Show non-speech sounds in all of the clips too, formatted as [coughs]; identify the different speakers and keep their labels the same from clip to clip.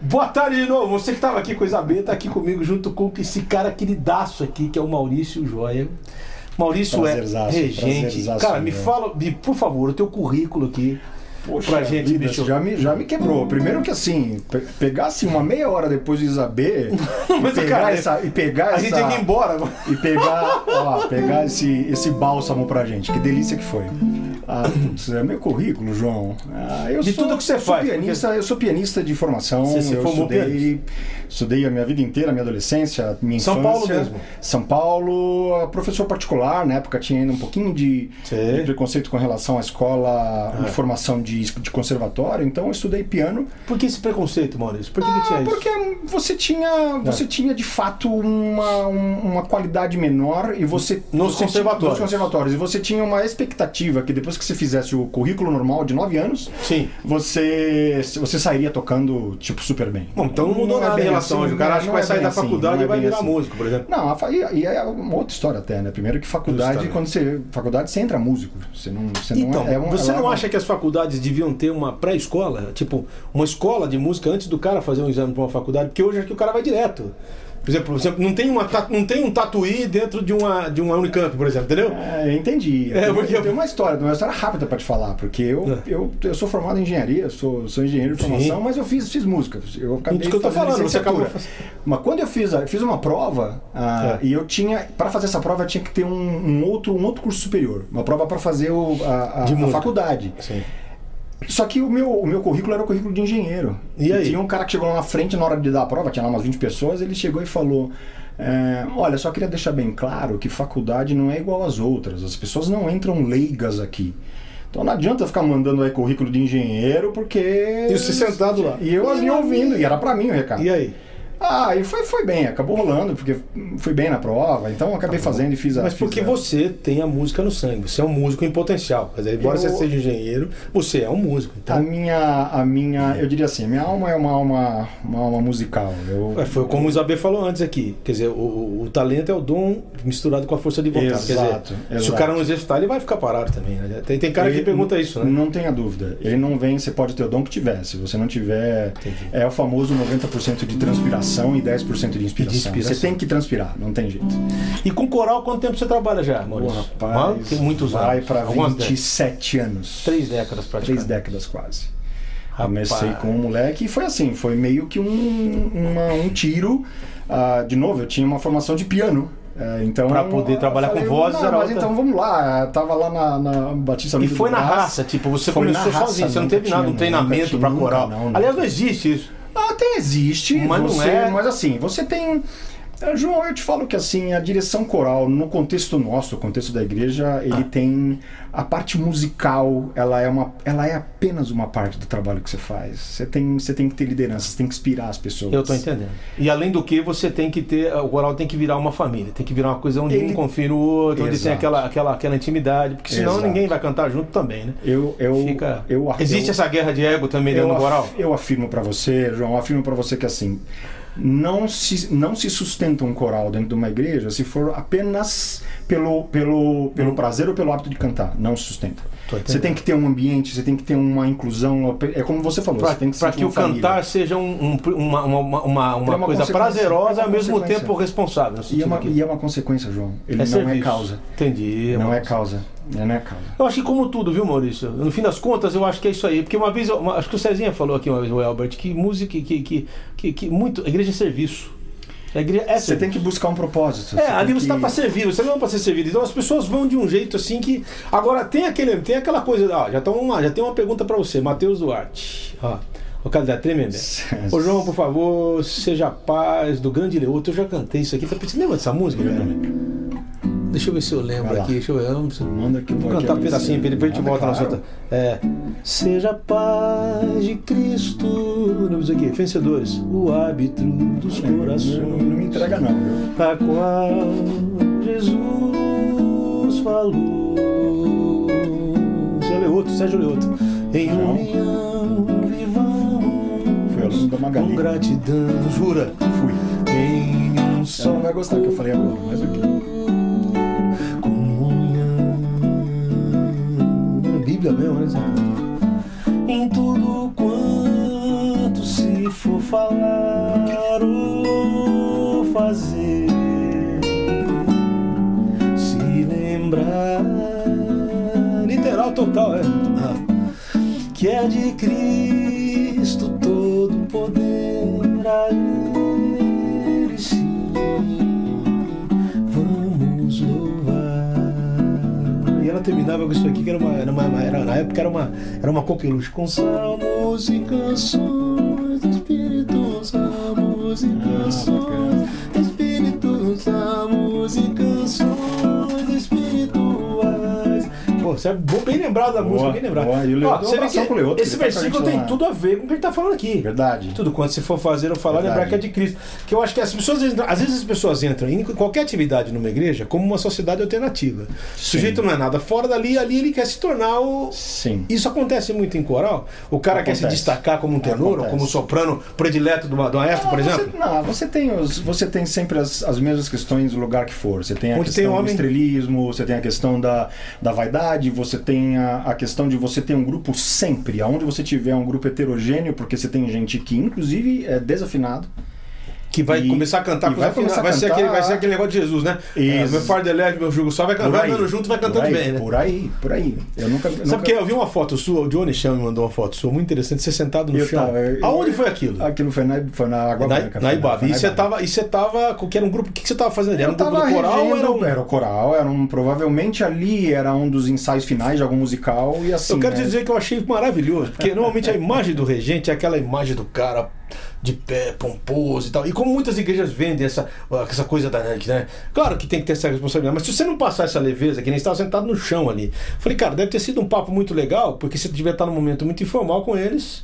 Speaker 1: Boa tarde de novo. Você que estava aqui com o Isabel, tá aqui comigo junto com esse cara queridaço aqui, que é o Maurício Joia. Maurício
Speaker 2: Prazerzaço,
Speaker 1: é regente.
Speaker 2: prazerzaço,
Speaker 1: Cara, me
Speaker 2: meu.
Speaker 1: fala, me- por favor, o teu currículo aqui pra gente,
Speaker 2: vida,
Speaker 1: bicho.
Speaker 2: já me, já me quebrou. Primeiro que assim, pe pegasse uma meia hora depois de Isabê e
Speaker 1: [laughs] Mas,
Speaker 2: pegar
Speaker 1: cara,
Speaker 2: essa. E pegar
Speaker 1: A
Speaker 2: essa
Speaker 1: gente tem que ir embora. mano.
Speaker 2: e pegar, ó, pegar esse, esse bálsamo pra gente. Que delícia que foi. Ah, putz, é meu currículo, João. Ah, eu
Speaker 1: De
Speaker 2: sou-
Speaker 1: tudo que você
Speaker 2: sou
Speaker 1: faz,
Speaker 2: Pianista, eu sou pianista de formação.
Speaker 1: Você se
Speaker 2: eu
Speaker 1: formou
Speaker 2: estudei,
Speaker 1: pianista.
Speaker 2: estudei a minha vida inteira, a minha adolescência, a minha
Speaker 1: São
Speaker 2: infância.
Speaker 1: Paulo mesmo?
Speaker 2: São Paulo, ah, professor particular, na época tinha ainda um pouquinho de,
Speaker 1: Sei.
Speaker 2: de preconceito com relação à escola,
Speaker 1: Ah.
Speaker 2: de formação de, de conservatório. Então eu estudei piano
Speaker 1: Por que esse preconceito, Maurício? Por que, que tinha isso?
Speaker 2: Ah, porque você tinha, você
Speaker 1: É.
Speaker 2: tinha de fato uma, um- uma qualidade menor e você
Speaker 1: Nos
Speaker 2: você tinha-
Speaker 1: conservatórios.
Speaker 2: nos conservatórios e você tinha uma expectativa que depois que você fizesse o currículo normal de 9 anos,
Speaker 1: Sim.
Speaker 2: você você sairia tocando tipo super bem.
Speaker 1: Bom, então não mudou
Speaker 2: é
Speaker 1: nada em
Speaker 2: bem
Speaker 1: relação hoje. O cara
Speaker 2: não-
Speaker 1: acha que
Speaker 2: não
Speaker 1: vai
Speaker 2: é
Speaker 1: sair
Speaker 2: bem
Speaker 1: da
Speaker 2: assim,
Speaker 1: faculdade
Speaker 2: não é
Speaker 1: e vai
Speaker 2: bem
Speaker 1: virar
Speaker 2: assim.
Speaker 1: músico, por exemplo.
Speaker 2: Não, a fa- e, e é uma outra história até, né? Primeiro que faculdade,
Speaker 1: Justamente.
Speaker 2: quando você faculdade você entra músico, você não, você
Speaker 1: Então,
Speaker 2: não é, é uma-
Speaker 1: você
Speaker 2: ela é
Speaker 1: não
Speaker 2: uma-
Speaker 1: acha que as faculdades deviam ter uma pré-escola? Tipo, uma escola de música antes do cara fazer um exame para uma faculdade? Porque hoje é que o cara vai direto. Por exemplo, por exemplo, não, tem uma, ta- não tem um tatuí dentro de uma, de uma Unicamp, por exemplo, entendeu?
Speaker 2: É, entendi.
Speaker 1: É,
Speaker 2: eu,
Speaker 1: porque-
Speaker 2: tenho uma história, uma história rápida pra te falar, porque eu,
Speaker 1: É.
Speaker 2: eu, eu sou formado em engenharia, sou, sou engenheiro de
Speaker 1: Sim.
Speaker 2: formação, mas eu fiz, fiz música. Eu acabei
Speaker 1: que eu tô
Speaker 2: fazendo
Speaker 1: falando, você
Speaker 2: licenciatura.
Speaker 1: acabou fazendo.
Speaker 2: Mas quando eu fiz, a- eu fiz uma prova, ah,
Speaker 1: É.
Speaker 2: e eu tinha, pra fazer essa prova, eu tinha que ter um, um outro, um outro curso superior, uma prova pra fazer o, a, a-
Speaker 1: De
Speaker 2: a
Speaker 1: música.
Speaker 2: faculdade.
Speaker 1: Sim.
Speaker 2: Só que o meu, o meu currículo era o currículo de engenheiro.
Speaker 1: E aí?
Speaker 2: tinha um cara que chegou lá na frente na hora de dar a prova, tinha lá umas 20 pessoas, ele chegou e falou: é, Olha, só queria deixar bem claro que faculdade não é igual às outras, as pessoas não entram leigas aqui. Então não adianta ficar mandando aí currículo de engenheiro, porque.
Speaker 1: E você sentado lá.
Speaker 2: E eu ali ouvindo, e era pra mim o recado.
Speaker 1: E aí?
Speaker 2: Ah, e foi, foi bem, acabou rolando, porque fui bem na prova, então acabei fazendo e fiz a.
Speaker 1: Tá Mas porque
Speaker 2: fiz a-
Speaker 1: você tem a música no sangue, você é um músico em potencial. Mas aí, embora
Speaker 2: Eu-
Speaker 1: você seja engenheiro, você é um músico.
Speaker 2: A
Speaker 1: Então,
Speaker 2: minha, a minha, eu diria assim, a minha alma é uma alma, uma alma musical. Eu,
Speaker 1: é, foi como o Isabel falou antes aqui. Quer dizer, o, o- o talento é o dom misturado com a força de vontade.
Speaker 2: Exato,
Speaker 1: Quer dizer, se o
Speaker 2: exato.
Speaker 1: cara não exercitar, ele vai ficar parado também. né? Tem, tem cara
Speaker 2: Ele-
Speaker 1: que pergunta isso, né?
Speaker 2: Não tenha dúvida. Ele não vem, você pode ter o dom que tiver. Se você não tiver.
Speaker 1: Entendi.
Speaker 2: É o famoso 90% de transpiração e 10% de inspiração.
Speaker 1: inspiração.
Speaker 2: Você tem que transpirar, não tem jeito.
Speaker 1: E com coral, quanto tempo você trabalha já,
Speaker 2: Pô,
Speaker 1: Maurício?
Speaker 2: rapaz,
Speaker 1: Tem muitos
Speaker 2: vai
Speaker 1: anos.
Speaker 2: pra
Speaker 1: Algumas décadas.
Speaker 2: 27 anos.
Speaker 1: Três décadas praticamente.
Speaker 2: Três décadas quase.
Speaker 1: Rapaz.
Speaker 2: Comecei com um moleque e foi assim, foi meio que um, uma- um tiro. Ah, de novo, eu tinha uma formação de piano. ah, então
Speaker 1: Pra poder
Speaker 2: eu
Speaker 1: trabalhar com
Speaker 2: falei,
Speaker 1: vozes
Speaker 2: "Não,
Speaker 1: era
Speaker 2: mas
Speaker 1: outra."
Speaker 2: então vamos lá. Eu Tava lá na, na Batista
Speaker 1: E
Speaker 2: Amigo
Speaker 1: foi
Speaker 2: do
Speaker 1: na
Speaker 2: Brás.
Speaker 1: raça, tipo, você
Speaker 2: Foi
Speaker 1: começou
Speaker 2: na raça,
Speaker 1: sozinho, você não
Speaker 2: nunca
Speaker 1: teve nada,
Speaker 2: tinha,
Speaker 1: um
Speaker 2: nunca
Speaker 1: treinamento
Speaker 2: tinha,
Speaker 1: pra
Speaker 2: nunca,
Speaker 1: coral.
Speaker 2: não, nunca.
Speaker 1: Aliás, não existe isso.
Speaker 2: Até existe,
Speaker 1: Mas não
Speaker 2: você-
Speaker 1: é.
Speaker 2: Mas assim, você tem. Eh, João, eu te falo que assim, a direção coral, no contexto nosso, o contexto da igreja,
Speaker 1: Ah.
Speaker 2: ele tem. A parte musical, ela é, uma, ela é apenas uma parte do trabalho que você faz. Você tem, você tem que ter liderança, você tem que inspirar as pessoas.
Speaker 1: Eu tô entendendo. E além do que, você tem que ter. O coral tem que virar uma família, tem que virar uma coisa onde um
Speaker 2: Ele-
Speaker 1: confia no outro, onde tem
Speaker 2: Exato.
Speaker 1: aquela, aquela, aquela intimidade, porque senão
Speaker 2: Exato.
Speaker 1: ninguém vai cantar junto também, né?
Speaker 2: Eu, eu,
Speaker 1: Fica.
Speaker 2: eu,
Speaker 1: existe
Speaker 2: eu,
Speaker 1: essa guerra de ego também dentro do
Speaker 2: af-
Speaker 1: coral?
Speaker 2: eu afirmo pra você, João, afirmo pra você que assim, não se, não se sustenta um coral dentro de uma igreja se for apenas pelo, pelo, pelo prazer ou pelo hábito de cantar. Não se sustenta.
Speaker 1: Hum. Tô entendendo.
Speaker 2: Você tem que ter um ambiente, você tem que ter uma inclusão. É como você falou,
Speaker 1: Pra,
Speaker 2: você tem que
Speaker 1: pra
Speaker 2: sentir
Speaker 1: que o
Speaker 2: uma família.
Speaker 1: cantar seja um- um- uma, uma, uma- uma- uma
Speaker 2: uma
Speaker 1: coisa
Speaker 2: consequência,
Speaker 1: prazerosa
Speaker 2: é uma
Speaker 1: ao mesmo
Speaker 2: consequência.
Speaker 1: tempo responsável. no
Speaker 2: E
Speaker 1: sentido
Speaker 2: é, uma,
Speaker 1: aqui.
Speaker 2: e é uma consequência, João. Ele não é
Speaker 1: serviço.
Speaker 2: causa.
Speaker 1: Entendi.
Speaker 2: Não
Speaker 1: uma-
Speaker 2: é causa. Não é causa.
Speaker 1: Eu acho que como tudo, viu, Maurício? No fim das contas, eu acho que é isso aí. Porque uma vez, eu- uma- acho que o Cezinha falou aqui uma vez, o Albert, que música, que, que, que, que, que muito. A igreja é serviço. A igreja é
Speaker 2: Você
Speaker 1: serviço.
Speaker 2: tem que buscar um propósito.
Speaker 1: É,
Speaker 2: você
Speaker 1: ali
Speaker 2: tem
Speaker 1: você está
Speaker 2: que-
Speaker 1: para servir, você não é para ser servido. Então as pessoas vão de um jeito assim que. Agora tem aquele, tem aquela coisa. Ó, já, tá uma, já tem uma pergunta para você, Matheus Duarte. Ó, o cara tá da tremenda.
Speaker 2: [laughs]
Speaker 1: Ô João, por favor, seja a paz do grande Leoto. Eu já cantei isso aqui. Tá pensando, lembra dessa música?
Speaker 2: Eu não
Speaker 1: Leandro? Deixa eu ver se eu lembro
Speaker 2: Vai lá.
Speaker 1: aqui. Deixa eu ver. eu não sei.
Speaker 2: Manda que eu
Speaker 1: Vou
Speaker 2: vou
Speaker 1: cantar um
Speaker 2: aqui
Speaker 1: pedacinho pra ele, depois a gente
Speaker 2: Manda,
Speaker 1: volta na
Speaker 2: claro.
Speaker 1: solta. É. Seja a paz de Cristo, não sei o quê, vencedores, o árbitro dos
Speaker 2: Não, não, não
Speaker 1: corações
Speaker 2: me entrega, não, viu?
Speaker 1: da qual Jesus falou. Seu Leoto, Sérgio Leoto. Em
Speaker 2: Não.
Speaker 1: união
Speaker 2: Fui aluno
Speaker 1: vivamos
Speaker 2: da Magali.
Speaker 1: com gratidão. Jura?
Speaker 2: Fui.
Speaker 1: Em um
Speaker 2: Você
Speaker 1: só
Speaker 2: não vai gostar do que eu falei agora, mas ok.
Speaker 1: comunhão. Bíblia mesmo, né? Em tudo quanto se for falar. lembrar. Literal total, é. Que é de Cristo todo poder a Ele sim. Vamos louvar. E ela terminava com isso aqui, que era uma. Era uma, uma- era- na época era uma, era uma coqueluche com salmos e canções do Espírito, salmos e canções. Espírito, salmos e canções espirituais. Pô, você é bo- bem lembrado da
Speaker 2: Boa,
Speaker 1: música, bem lembrado.
Speaker 2: boa. E o Leandro
Speaker 1: Ó,
Speaker 2: deu um
Speaker 1: você vê
Speaker 2: abração
Speaker 1: que
Speaker 2: pro Leandro, que
Speaker 1: esse
Speaker 2: ele tá
Speaker 1: versículo tem
Speaker 2: conectado.
Speaker 1: tudo a ver com o que ele tá falando aqui.
Speaker 2: Verdade.
Speaker 1: Tudo quanto se for fazer ou falar,
Speaker 2: Verdade.
Speaker 1: lembrar que é de Cristo. Que eu acho que as pessoas, às vezes, às vezes as pessoas entram em qualquer atividade numa igreja como uma sociedade alternativa. O sujeito não é nada fora dali, ali ele quer se tornar o.
Speaker 2: Sim.
Speaker 1: Isso acontece muito em coral. O cara quer se
Speaker 2: Acontece.
Speaker 1: destacar como um tenor ou
Speaker 2: Acontece.
Speaker 1: como um soprano predileto de uma, de uma época, por
Speaker 2: Ah,
Speaker 1: exemplo.
Speaker 2: Você, não, você tem, os, você tem sempre as, as mesmas questões do lugar que for. Você tem a
Speaker 1: Onde tem
Speaker 2: questão do
Speaker 1: homem.
Speaker 2: estrelismo, você tem a questão da, da vaidade, você tem a, a questão de você ter um grupo sempre. Aonde você tiver um grupo heterogêneo, porque você tem gente que, inclusive, é desafinado.
Speaker 1: Que vai
Speaker 2: E-
Speaker 1: começar a cantar
Speaker 2: e
Speaker 1: com os
Speaker 2: vai
Speaker 1: afinados.
Speaker 2: começar a
Speaker 1: vai, ser
Speaker 2: cantar-
Speaker 1: aquele, vai ser aquele negócio de Jesus, né?
Speaker 2: Isso.
Speaker 1: É, meu fardo é leve, meu jugo só vai cantando, vai andando junto, vai
Speaker 2: por
Speaker 1: cantando
Speaker 2: aí,
Speaker 1: bem, né?
Speaker 2: Por aí, por aí. Eu nunca. nunca...
Speaker 1: Sabe que é? eu vi uma foto sua, o Johnny Chan me mandou uma foto sua, muito interessante, você sentado no
Speaker 2: Eu
Speaker 1: chão.
Speaker 2: tava, eu-
Speaker 1: Aonde foi aquilo?
Speaker 2: Aquilo foi na, foi na Água
Speaker 1: Na, é
Speaker 2: Branca.
Speaker 1: na
Speaker 2: foi
Speaker 1: Ibab.
Speaker 2: foi
Speaker 1: E
Speaker 2: na
Speaker 1: você
Speaker 2: Ibab.
Speaker 1: tava, e você tava, com- que era um grupo, o que, que você tava fazendo ali? Era
Speaker 2: Eu
Speaker 1: um grupo
Speaker 2: tava
Speaker 1: do coral ou era
Speaker 2: regendo-
Speaker 1: um...
Speaker 2: era o coral, era um provavelmente ali era um dos ensaios finais de algum musical e assim.
Speaker 1: eu quero te
Speaker 2: né?
Speaker 1: dizer que eu achei maravilhoso, porque normalmente a imagem do regente é aquela imagem do cara de pé, pomposo e tal. E como muitas igrejas vendem essa, essa coisa da né? Claro que tem que ter essa responsabilidade, mas se você não passar essa leveza, que nem estava sentado no chão ali. Falei, cara, deve ter sido um papo muito legal, porque você devia estar num momento muito informal com eles.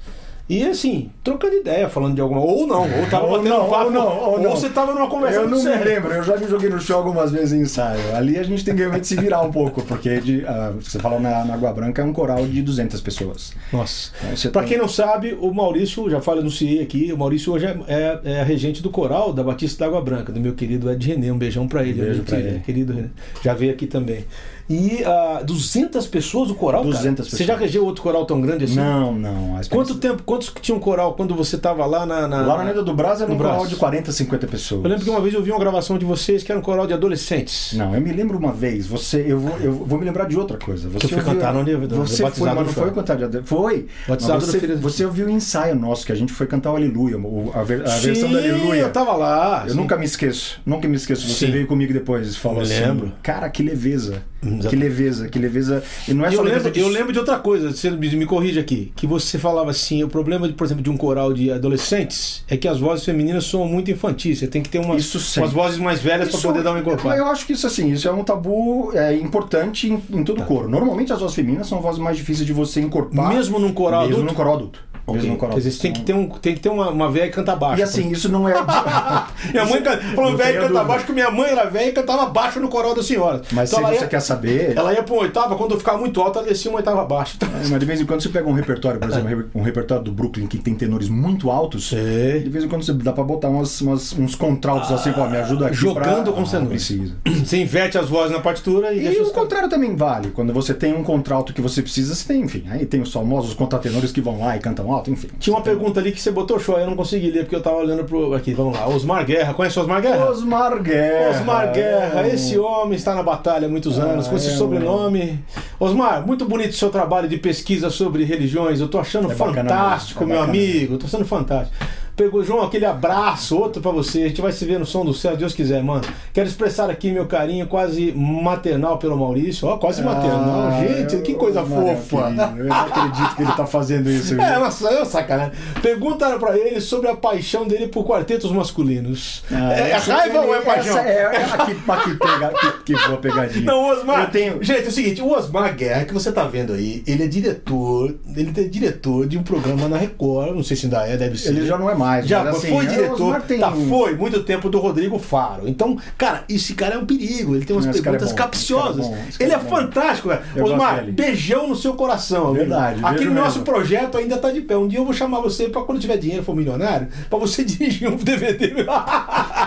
Speaker 1: E assim, trocando ideia, falando de alguma. Ou não, ou tava
Speaker 2: Ou
Speaker 1: batendo
Speaker 2: não,
Speaker 1: um papo.
Speaker 2: ou não, ou não.
Speaker 1: você tava numa conversa
Speaker 2: Eu
Speaker 1: muito
Speaker 2: não me
Speaker 1: séria.
Speaker 2: lembro, eu já me joguei no show algumas vezes em ensaio. Ali a gente tem que realmente se virar um pouco, porque de, ah, você fala na, na Água Branca é um coral de 200 pessoas.
Speaker 1: Nossa.
Speaker 2: Então, você
Speaker 1: Pra
Speaker 2: tem-
Speaker 1: quem não sabe, o Maurício, já fala no CIE aqui, o Maurício hoje é, é- é regente do coral da Batista da Água Branca, do meu querido Ed René. Um beijão pra ele,
Speaker 2: Beijo
Speaker 1: meu
Speaker 2: pra
Speaker 1: querido,
Speaker 2: ele.
Speaker 1: querido René. Já veio aqui também. E ah, 200 pessoas o coral, cara?
Speaker 2: 200
Speaker 1: Você já
Speaker 2: pessoas.
Speaker 1: regeu outro coral tão grande assim?
Speaker 2: Não, não. a experiência-
Speaker 1: Quanto tempo, quantos que tinham coral quando você tava lá na... na-
Speaker 2: Lá na Neda do Brás era um
Speaker 1: No Brás.
Speaker 2: coral de 40, 50 pessoas.
Speaker 1: Eu lembro que uma vez eu vi uma gravação de vocês que era um coral de adolescentes.
Speaker 2: Não, eu me lembro uma vez, você, eu vou, eu vou me lembrar de outra coisa. Você
Speaker 1: eu fui
Speaker 2: ouviu-
Speaker 1: cantar no nível do-
Speaker 2: Você
Speaker 1: batizado
Speaker 2: foi, mas
Speaker 1: no
Speaker 2: não
Speaker 1: chão.
Speaker 2: foi cantar de Adel- Foi.
Speaker 1: Batizado
Speaker 2: Mas você,
Speaker 1: no filho-
Speaker 2: você ouviu o ensaio nosso, que a gente foi cantar o Aleluia, o- a, ver- a versão
Speaker 1: Sim,
Speaker 2: do Aleluia.
Speaker 1: eu tava lá.
Speaker 2: Eu
Speaker 1: sim.
Speaker 2: nunca me esqueço, nunca me esqueço. Você
Speaker 1: Sim.
Speaker 2: veio comigo depois e falou
Speaker 1: Me
Speaker 2: assim,
Speaker 1: lembro.
Speaker 2: cara, que leveza,
Speaker 1: Exato.
Speaker 2: que leveza, que leveza. E não é só
Speaker 1: eu,
Speaker 2: leveza
Speaker 1: lembro,
Speaker 2: de...
Speaker 1: eu lembro de outra coisa, você me me corrige aqui, que você falava assim, o problema, de, por exemplo, de um coral de adolescentes é que as vozes femininas são muito infantis, você tem que ter umas,
Speaker 2: Isso sempre.
Speaker 1: umas vozes mais velhas para
Speaker 2: Isso- é
Speaker 1: poder dar um uma encorpada.
Speaker 2: Mas eu acho que isso assim, isso é um tabu é, importante em, em todo coro. Normalmente as vozes femininas são vozes mais difíceis de você encorpar.
Speaker 1: Tá. Mesmo num coral
Speaker 2: mesmo
Speaker 1: adulto?
Speaker 2: no coral adulto.
Speaker 1: Ok.
Speaker 2: Mesmo no coral
Speaker 1: Quer dizer,
Speaker 2: adulto.
Speaker 1: você tem que ter, um, tem que ter uma, uma velha que é canta baixo.
Speaker 2: E assim, isso não é.
Speaker 1: [laughs] Minha mãe can- falou
Speaker 2: Não
Speaker 1: velha que
Speaker 2: tenho
Speaker 1: canta
Speaker 2: dúvida.
Speaker 1: baixo, que minha mãe era velha e cantava baixo no coral da senhora.
Speaker 2: Mas
Speaker 1: então ela,
Speaker 2: se você
Speaker 1: ia,
Speaker 2: quer saber.
Speaker 1: ela ia pra uma oitava, quando eu ficava muito alta, ela descia uma oitava abaixo. [laughs] Então,
Speaker 2: Mas de vez em quando você pega um repertório, por exemplo, um re- um repertório do Brooklyn que tem tenores muito altos.
Speaker 1: Sei.
Speaker 2: De vez em quando você dá pra botar umas, umas- uns contraltos assim, pô, me ajuda aqui.
Speaker 1: Jogando
Speaker 2: pra... Ah,
Speaker 1: com os tenores.
Speaker 2: Precisa.
Speaker 1: você inverte as vozes na partitura e,
Speaker 2: E
Speaker 1: deixa os
Speaker 2: o
Speaker 1: caras-
Speaker 2: contrário também vale. Quando você tem um contralto que você precisa, você tem, enfim. Aí tem os famosos contratenores que vão lá e cantam alto, enfim.
Speaker 1: Tinha uma pergunta ali que você botou show, eu não consegui ler porque eu tava olhando pro. Aqui, vamos lá. Osmar Guerra, conhece o Osmar Guerra?
Speaker 2: Osmar Guerra.
Speaker 1: Osmar Guerra,
Speaker 2: É um-
Speaker 1: esse homem está na batalha há muitos anos, com esse
Speaker 2: é um-
Speaker 1: sobrenome. Osmar, muito bonito o seu trabalho de pesquisa sobre religiões. Eu tô achando
Speaker 2: É bacana
Speaker 1: fantástico,
Speaker 2: mesmo,
Speaker 1: meu
Speaker 2: é bacana
Speaker 1: amigo. Tô sendo fantástico. Pegou, João, aquele abraço, outro pra você. A gente vai se ver no som do céu, se Deus quiser, mano. Quero expressar aqui meu carinho quase maternal pelo Maurício. Ó, quase maternal.
Speaker 2: Ah,
Speaker 1: Gente, que
Speaker 2: eu-
Speaker 1: coisa
Speaker 2: Osmar é um
Speaker 1: fofa.
Speaker 2: querido. Eu não acredito que ele tá fazendo isso. viu?
Speaker 1: É, nossa, é uma sacanagem. Perguntaram pra ele sobre a paixão dele por quartetos masculinos.
Speaker 2: Ah,
Speaker 1: é é
Speaker 2: essa-
Speaker 1: raiva ou é paixão?
Speaker 2: Essa é, é aqui, aqui, pega, que, que boa pegadinha.
Speaker 1: Não, o Osmar.
Speaker 2: Eu tenho.
Speaker 1: Gente, é o seguinte, o Osmar Guerra, que você tá vendo aí, ele é diretor, ele é diretor de um programa na Record, não sei se ainda é, deve ser.
Speaker 2: Ele já não é mais.
Speaker 1: Já
Speaker 2: mas,
Speaker 1: foi
Speaker 2: assim, o
Speaker 1: diretor,
Speaker 2: Osmar tem-
Speaker 1: tá, foi muito tempo do Rodrigo Faro. Então, cara, esse cara é um perigo. Ele tem umas
Speaker 2: Não, esse cara é
Speaker 1: perguntas
Speaker 2: bom,
Speaker 1: capciosas.
Speaker 2: esse cara é bom, esse
Speaker 1: ele é,
Speaker 2: cara é bom.
Speaker 1: fantástico, cara.
Speaker 2: Eu gosto
Speaker 1: Osmar,
Speaker 2: dele.
Speaker 1: beijão no seu coração. amigo.
Speaker 2: Verdade, beijo
Speaker 1: Aquele nosso
Speaker 2: mesmo.
Speaker 1: projeto ainda tá de pé. Um dia eu vou chamar você pra quando tiver dinheiro, for milionário, pra você [laughs] dirigir um DVD.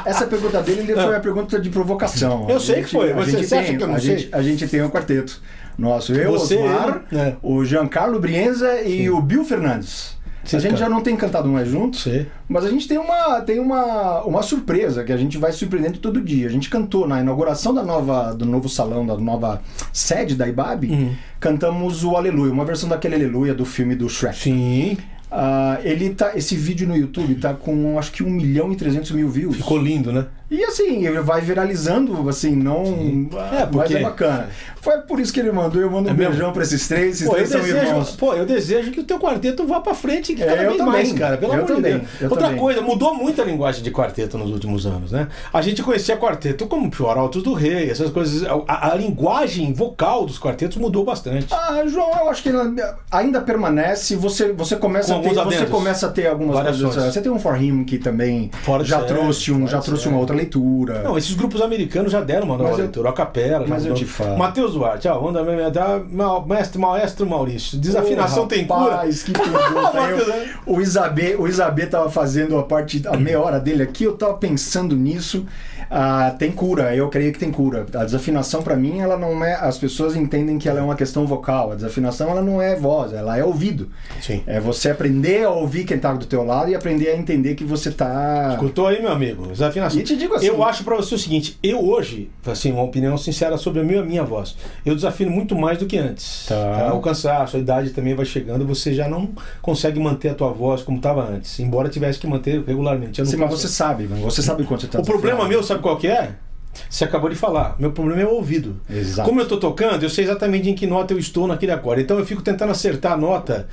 Speaker 2: Essa pergunta dele ele foi a pergunta de provocação.
Speaker 1: Eu
Speaker 2: A
Speaker 1: sei que foi.
Speaker 2: a
Speaker 1: Você-
Speaker 2: gente
Speaker 1: você acha
Speaker 2: tem-
Speaker 1: que eu não
Speaker 2: a
Speaker 1: sei?
Speaker 2: Gente, a gente tem um quarteto. Nosso, eu,
Speaker 1: Você,
Speaker 2: Osmar,
Speaker 1: ele, né?
Speaker 2: o Giancarlo Brienza e o Bill Fernandes. a gente
Speaker 1: cara.
Speaker 2: já não tem cantado mais juntos,
Speaker 1: Sei.
Speaker 2: mas a gente tem uma tem uma, uma surpresa que a gente vai surpreendendo todo dia. A gente cantou na inauguração da nova do novo salão da nova sede da IBAB,
Speaker 1: Uhum.
Speaker 2: cantamos o Aleluia, uma versão daquele Aleluia do filme do Shrek.
Speaker 1: Sim.
Speaker 2: Ah, ele tá esse vídeo no YouTube tá com acho que 1 milhão e 300 mil views.
Speaker 1: Ficou lindo, né?
Speaker 2: E assim, ele vai viralizando, assim, não.
Speaker 1: É,
Speaker 2: Mas
Speaker 1: porque-
Speaker 2: é bacana. Foi por isso que ele mandou, eu mando um
Speaker 1: É mesmo?
Speaker 2: beijão pra esses três, esses
Speaker 1: Pô eu,
Speaker 2: três são
Speaker 1: desejo,
Speaker 2: irmãos.
Speaker 1: pô, eu desejo que o teu quarteto vá pra frente
Speaker 2: É,
Speaker 1: cada
Speaker 2: eu
Speaker 1: vez
Speaker 2: também.
Speaker 1: mais, cara. Pelo
Speaker 2: Eu
Speaker 1: amor
Speaker 2: também,
Speaker 1: de Deus.
Speaker 2: eu
Speaker 1: Outra
Speaker 2: também.
Speaker 1: coisa, mudou muito a linguagem de quarteto nos últimos anos, né? A gente conhecia quarteto como Pioraltos do Rei, essas coisas. A, a linguagem vocal dos quartetos mudou bastante.
Speaker 2: Ah, João, eu acho que ainda- ainda permanece. Você, você, começa,
Speaker 1: Com
Speaker 2: a ter,
Speaker 1: alguns
Speaker 2: você
Speaker 1: adendos.
Speaker 2: começa a ter algumas
Speaker 1: Variações.
Speaker 2: coisas. Você tem um For Him que também
Speaker 1: Fora de
Speaker 2: já
Speaker 1: série,
Speaker 2: trouxe, um,
Speaker 1: fora
Speaker 2: já
Speaker 1: de
Speaker 2: trouxe
Speaker 1: série.
Speaker 2: uma outra leitura.
Speaker 1: Não, esses grupos americanos já deram uma nova
Speaker 2: Mas eu-
Speaker 1: leitura, a capela.
Speaker 2: mas eu te falo.
Speaker 1: Matheus Duarte, ó, onda mesmo é da- ma- mestre maestro Maurício. Desafinação
Speaker 2: Ô,
Speaker 1: tem cura.
Speaker 2: rapaz,
Speaker 1: [laughs]
Speaker 2: Que pergunta.
Speaker 1: Matheus,
Speaker 2: Eu- o Isabê, o Isabê tava fazendo a parte a meia hora dele aqui, eu tava pensando nisso. Ah, tem cura, eu creio que tem cura. A desafinação pra mim, ela não é, as pessoas entendem que ela é uma questão vocal. A desafinação ela não é voz, ela é ouvido.
Speaker 1: Sim.
Speaker 2: É você aprender a ouvir quem tá do teu lado e aprender a entender que você tá
Speaker 1: Escutou aí, meu amigo? Desafinação.
Speaker 2: E te digo assim-
Speaker 1: Eu acho pra você o seguinte: eu hoje, assim, uma opinião sincera sobre a minha, a minha voz, eu desafino muito mais do que antes.
Speaker 2: Tá.
Speaker 1: Tá? O cansaço, a sua idade também vai chegando, você já não consegue manter a tua voz como estava antes, embora tivesse que manter regularmente. Eu não
Speaker 2: Sim, mas
Speaker 1: faço
Speaker 2: você sabe, mano. Você sabe quando você tá
Speaker 1: O problema
Speaker 2: desafinado.
Speaker 1: meu, sabe qual que é? Você acabou de falar. Meu problema é o ouvido.
Speaker 2: Exato.
Speaker 1: Como eu tô tocando, eu sei exatamente em que nota eu estou naquele acorde. Então eu fico tentando acertar a nota.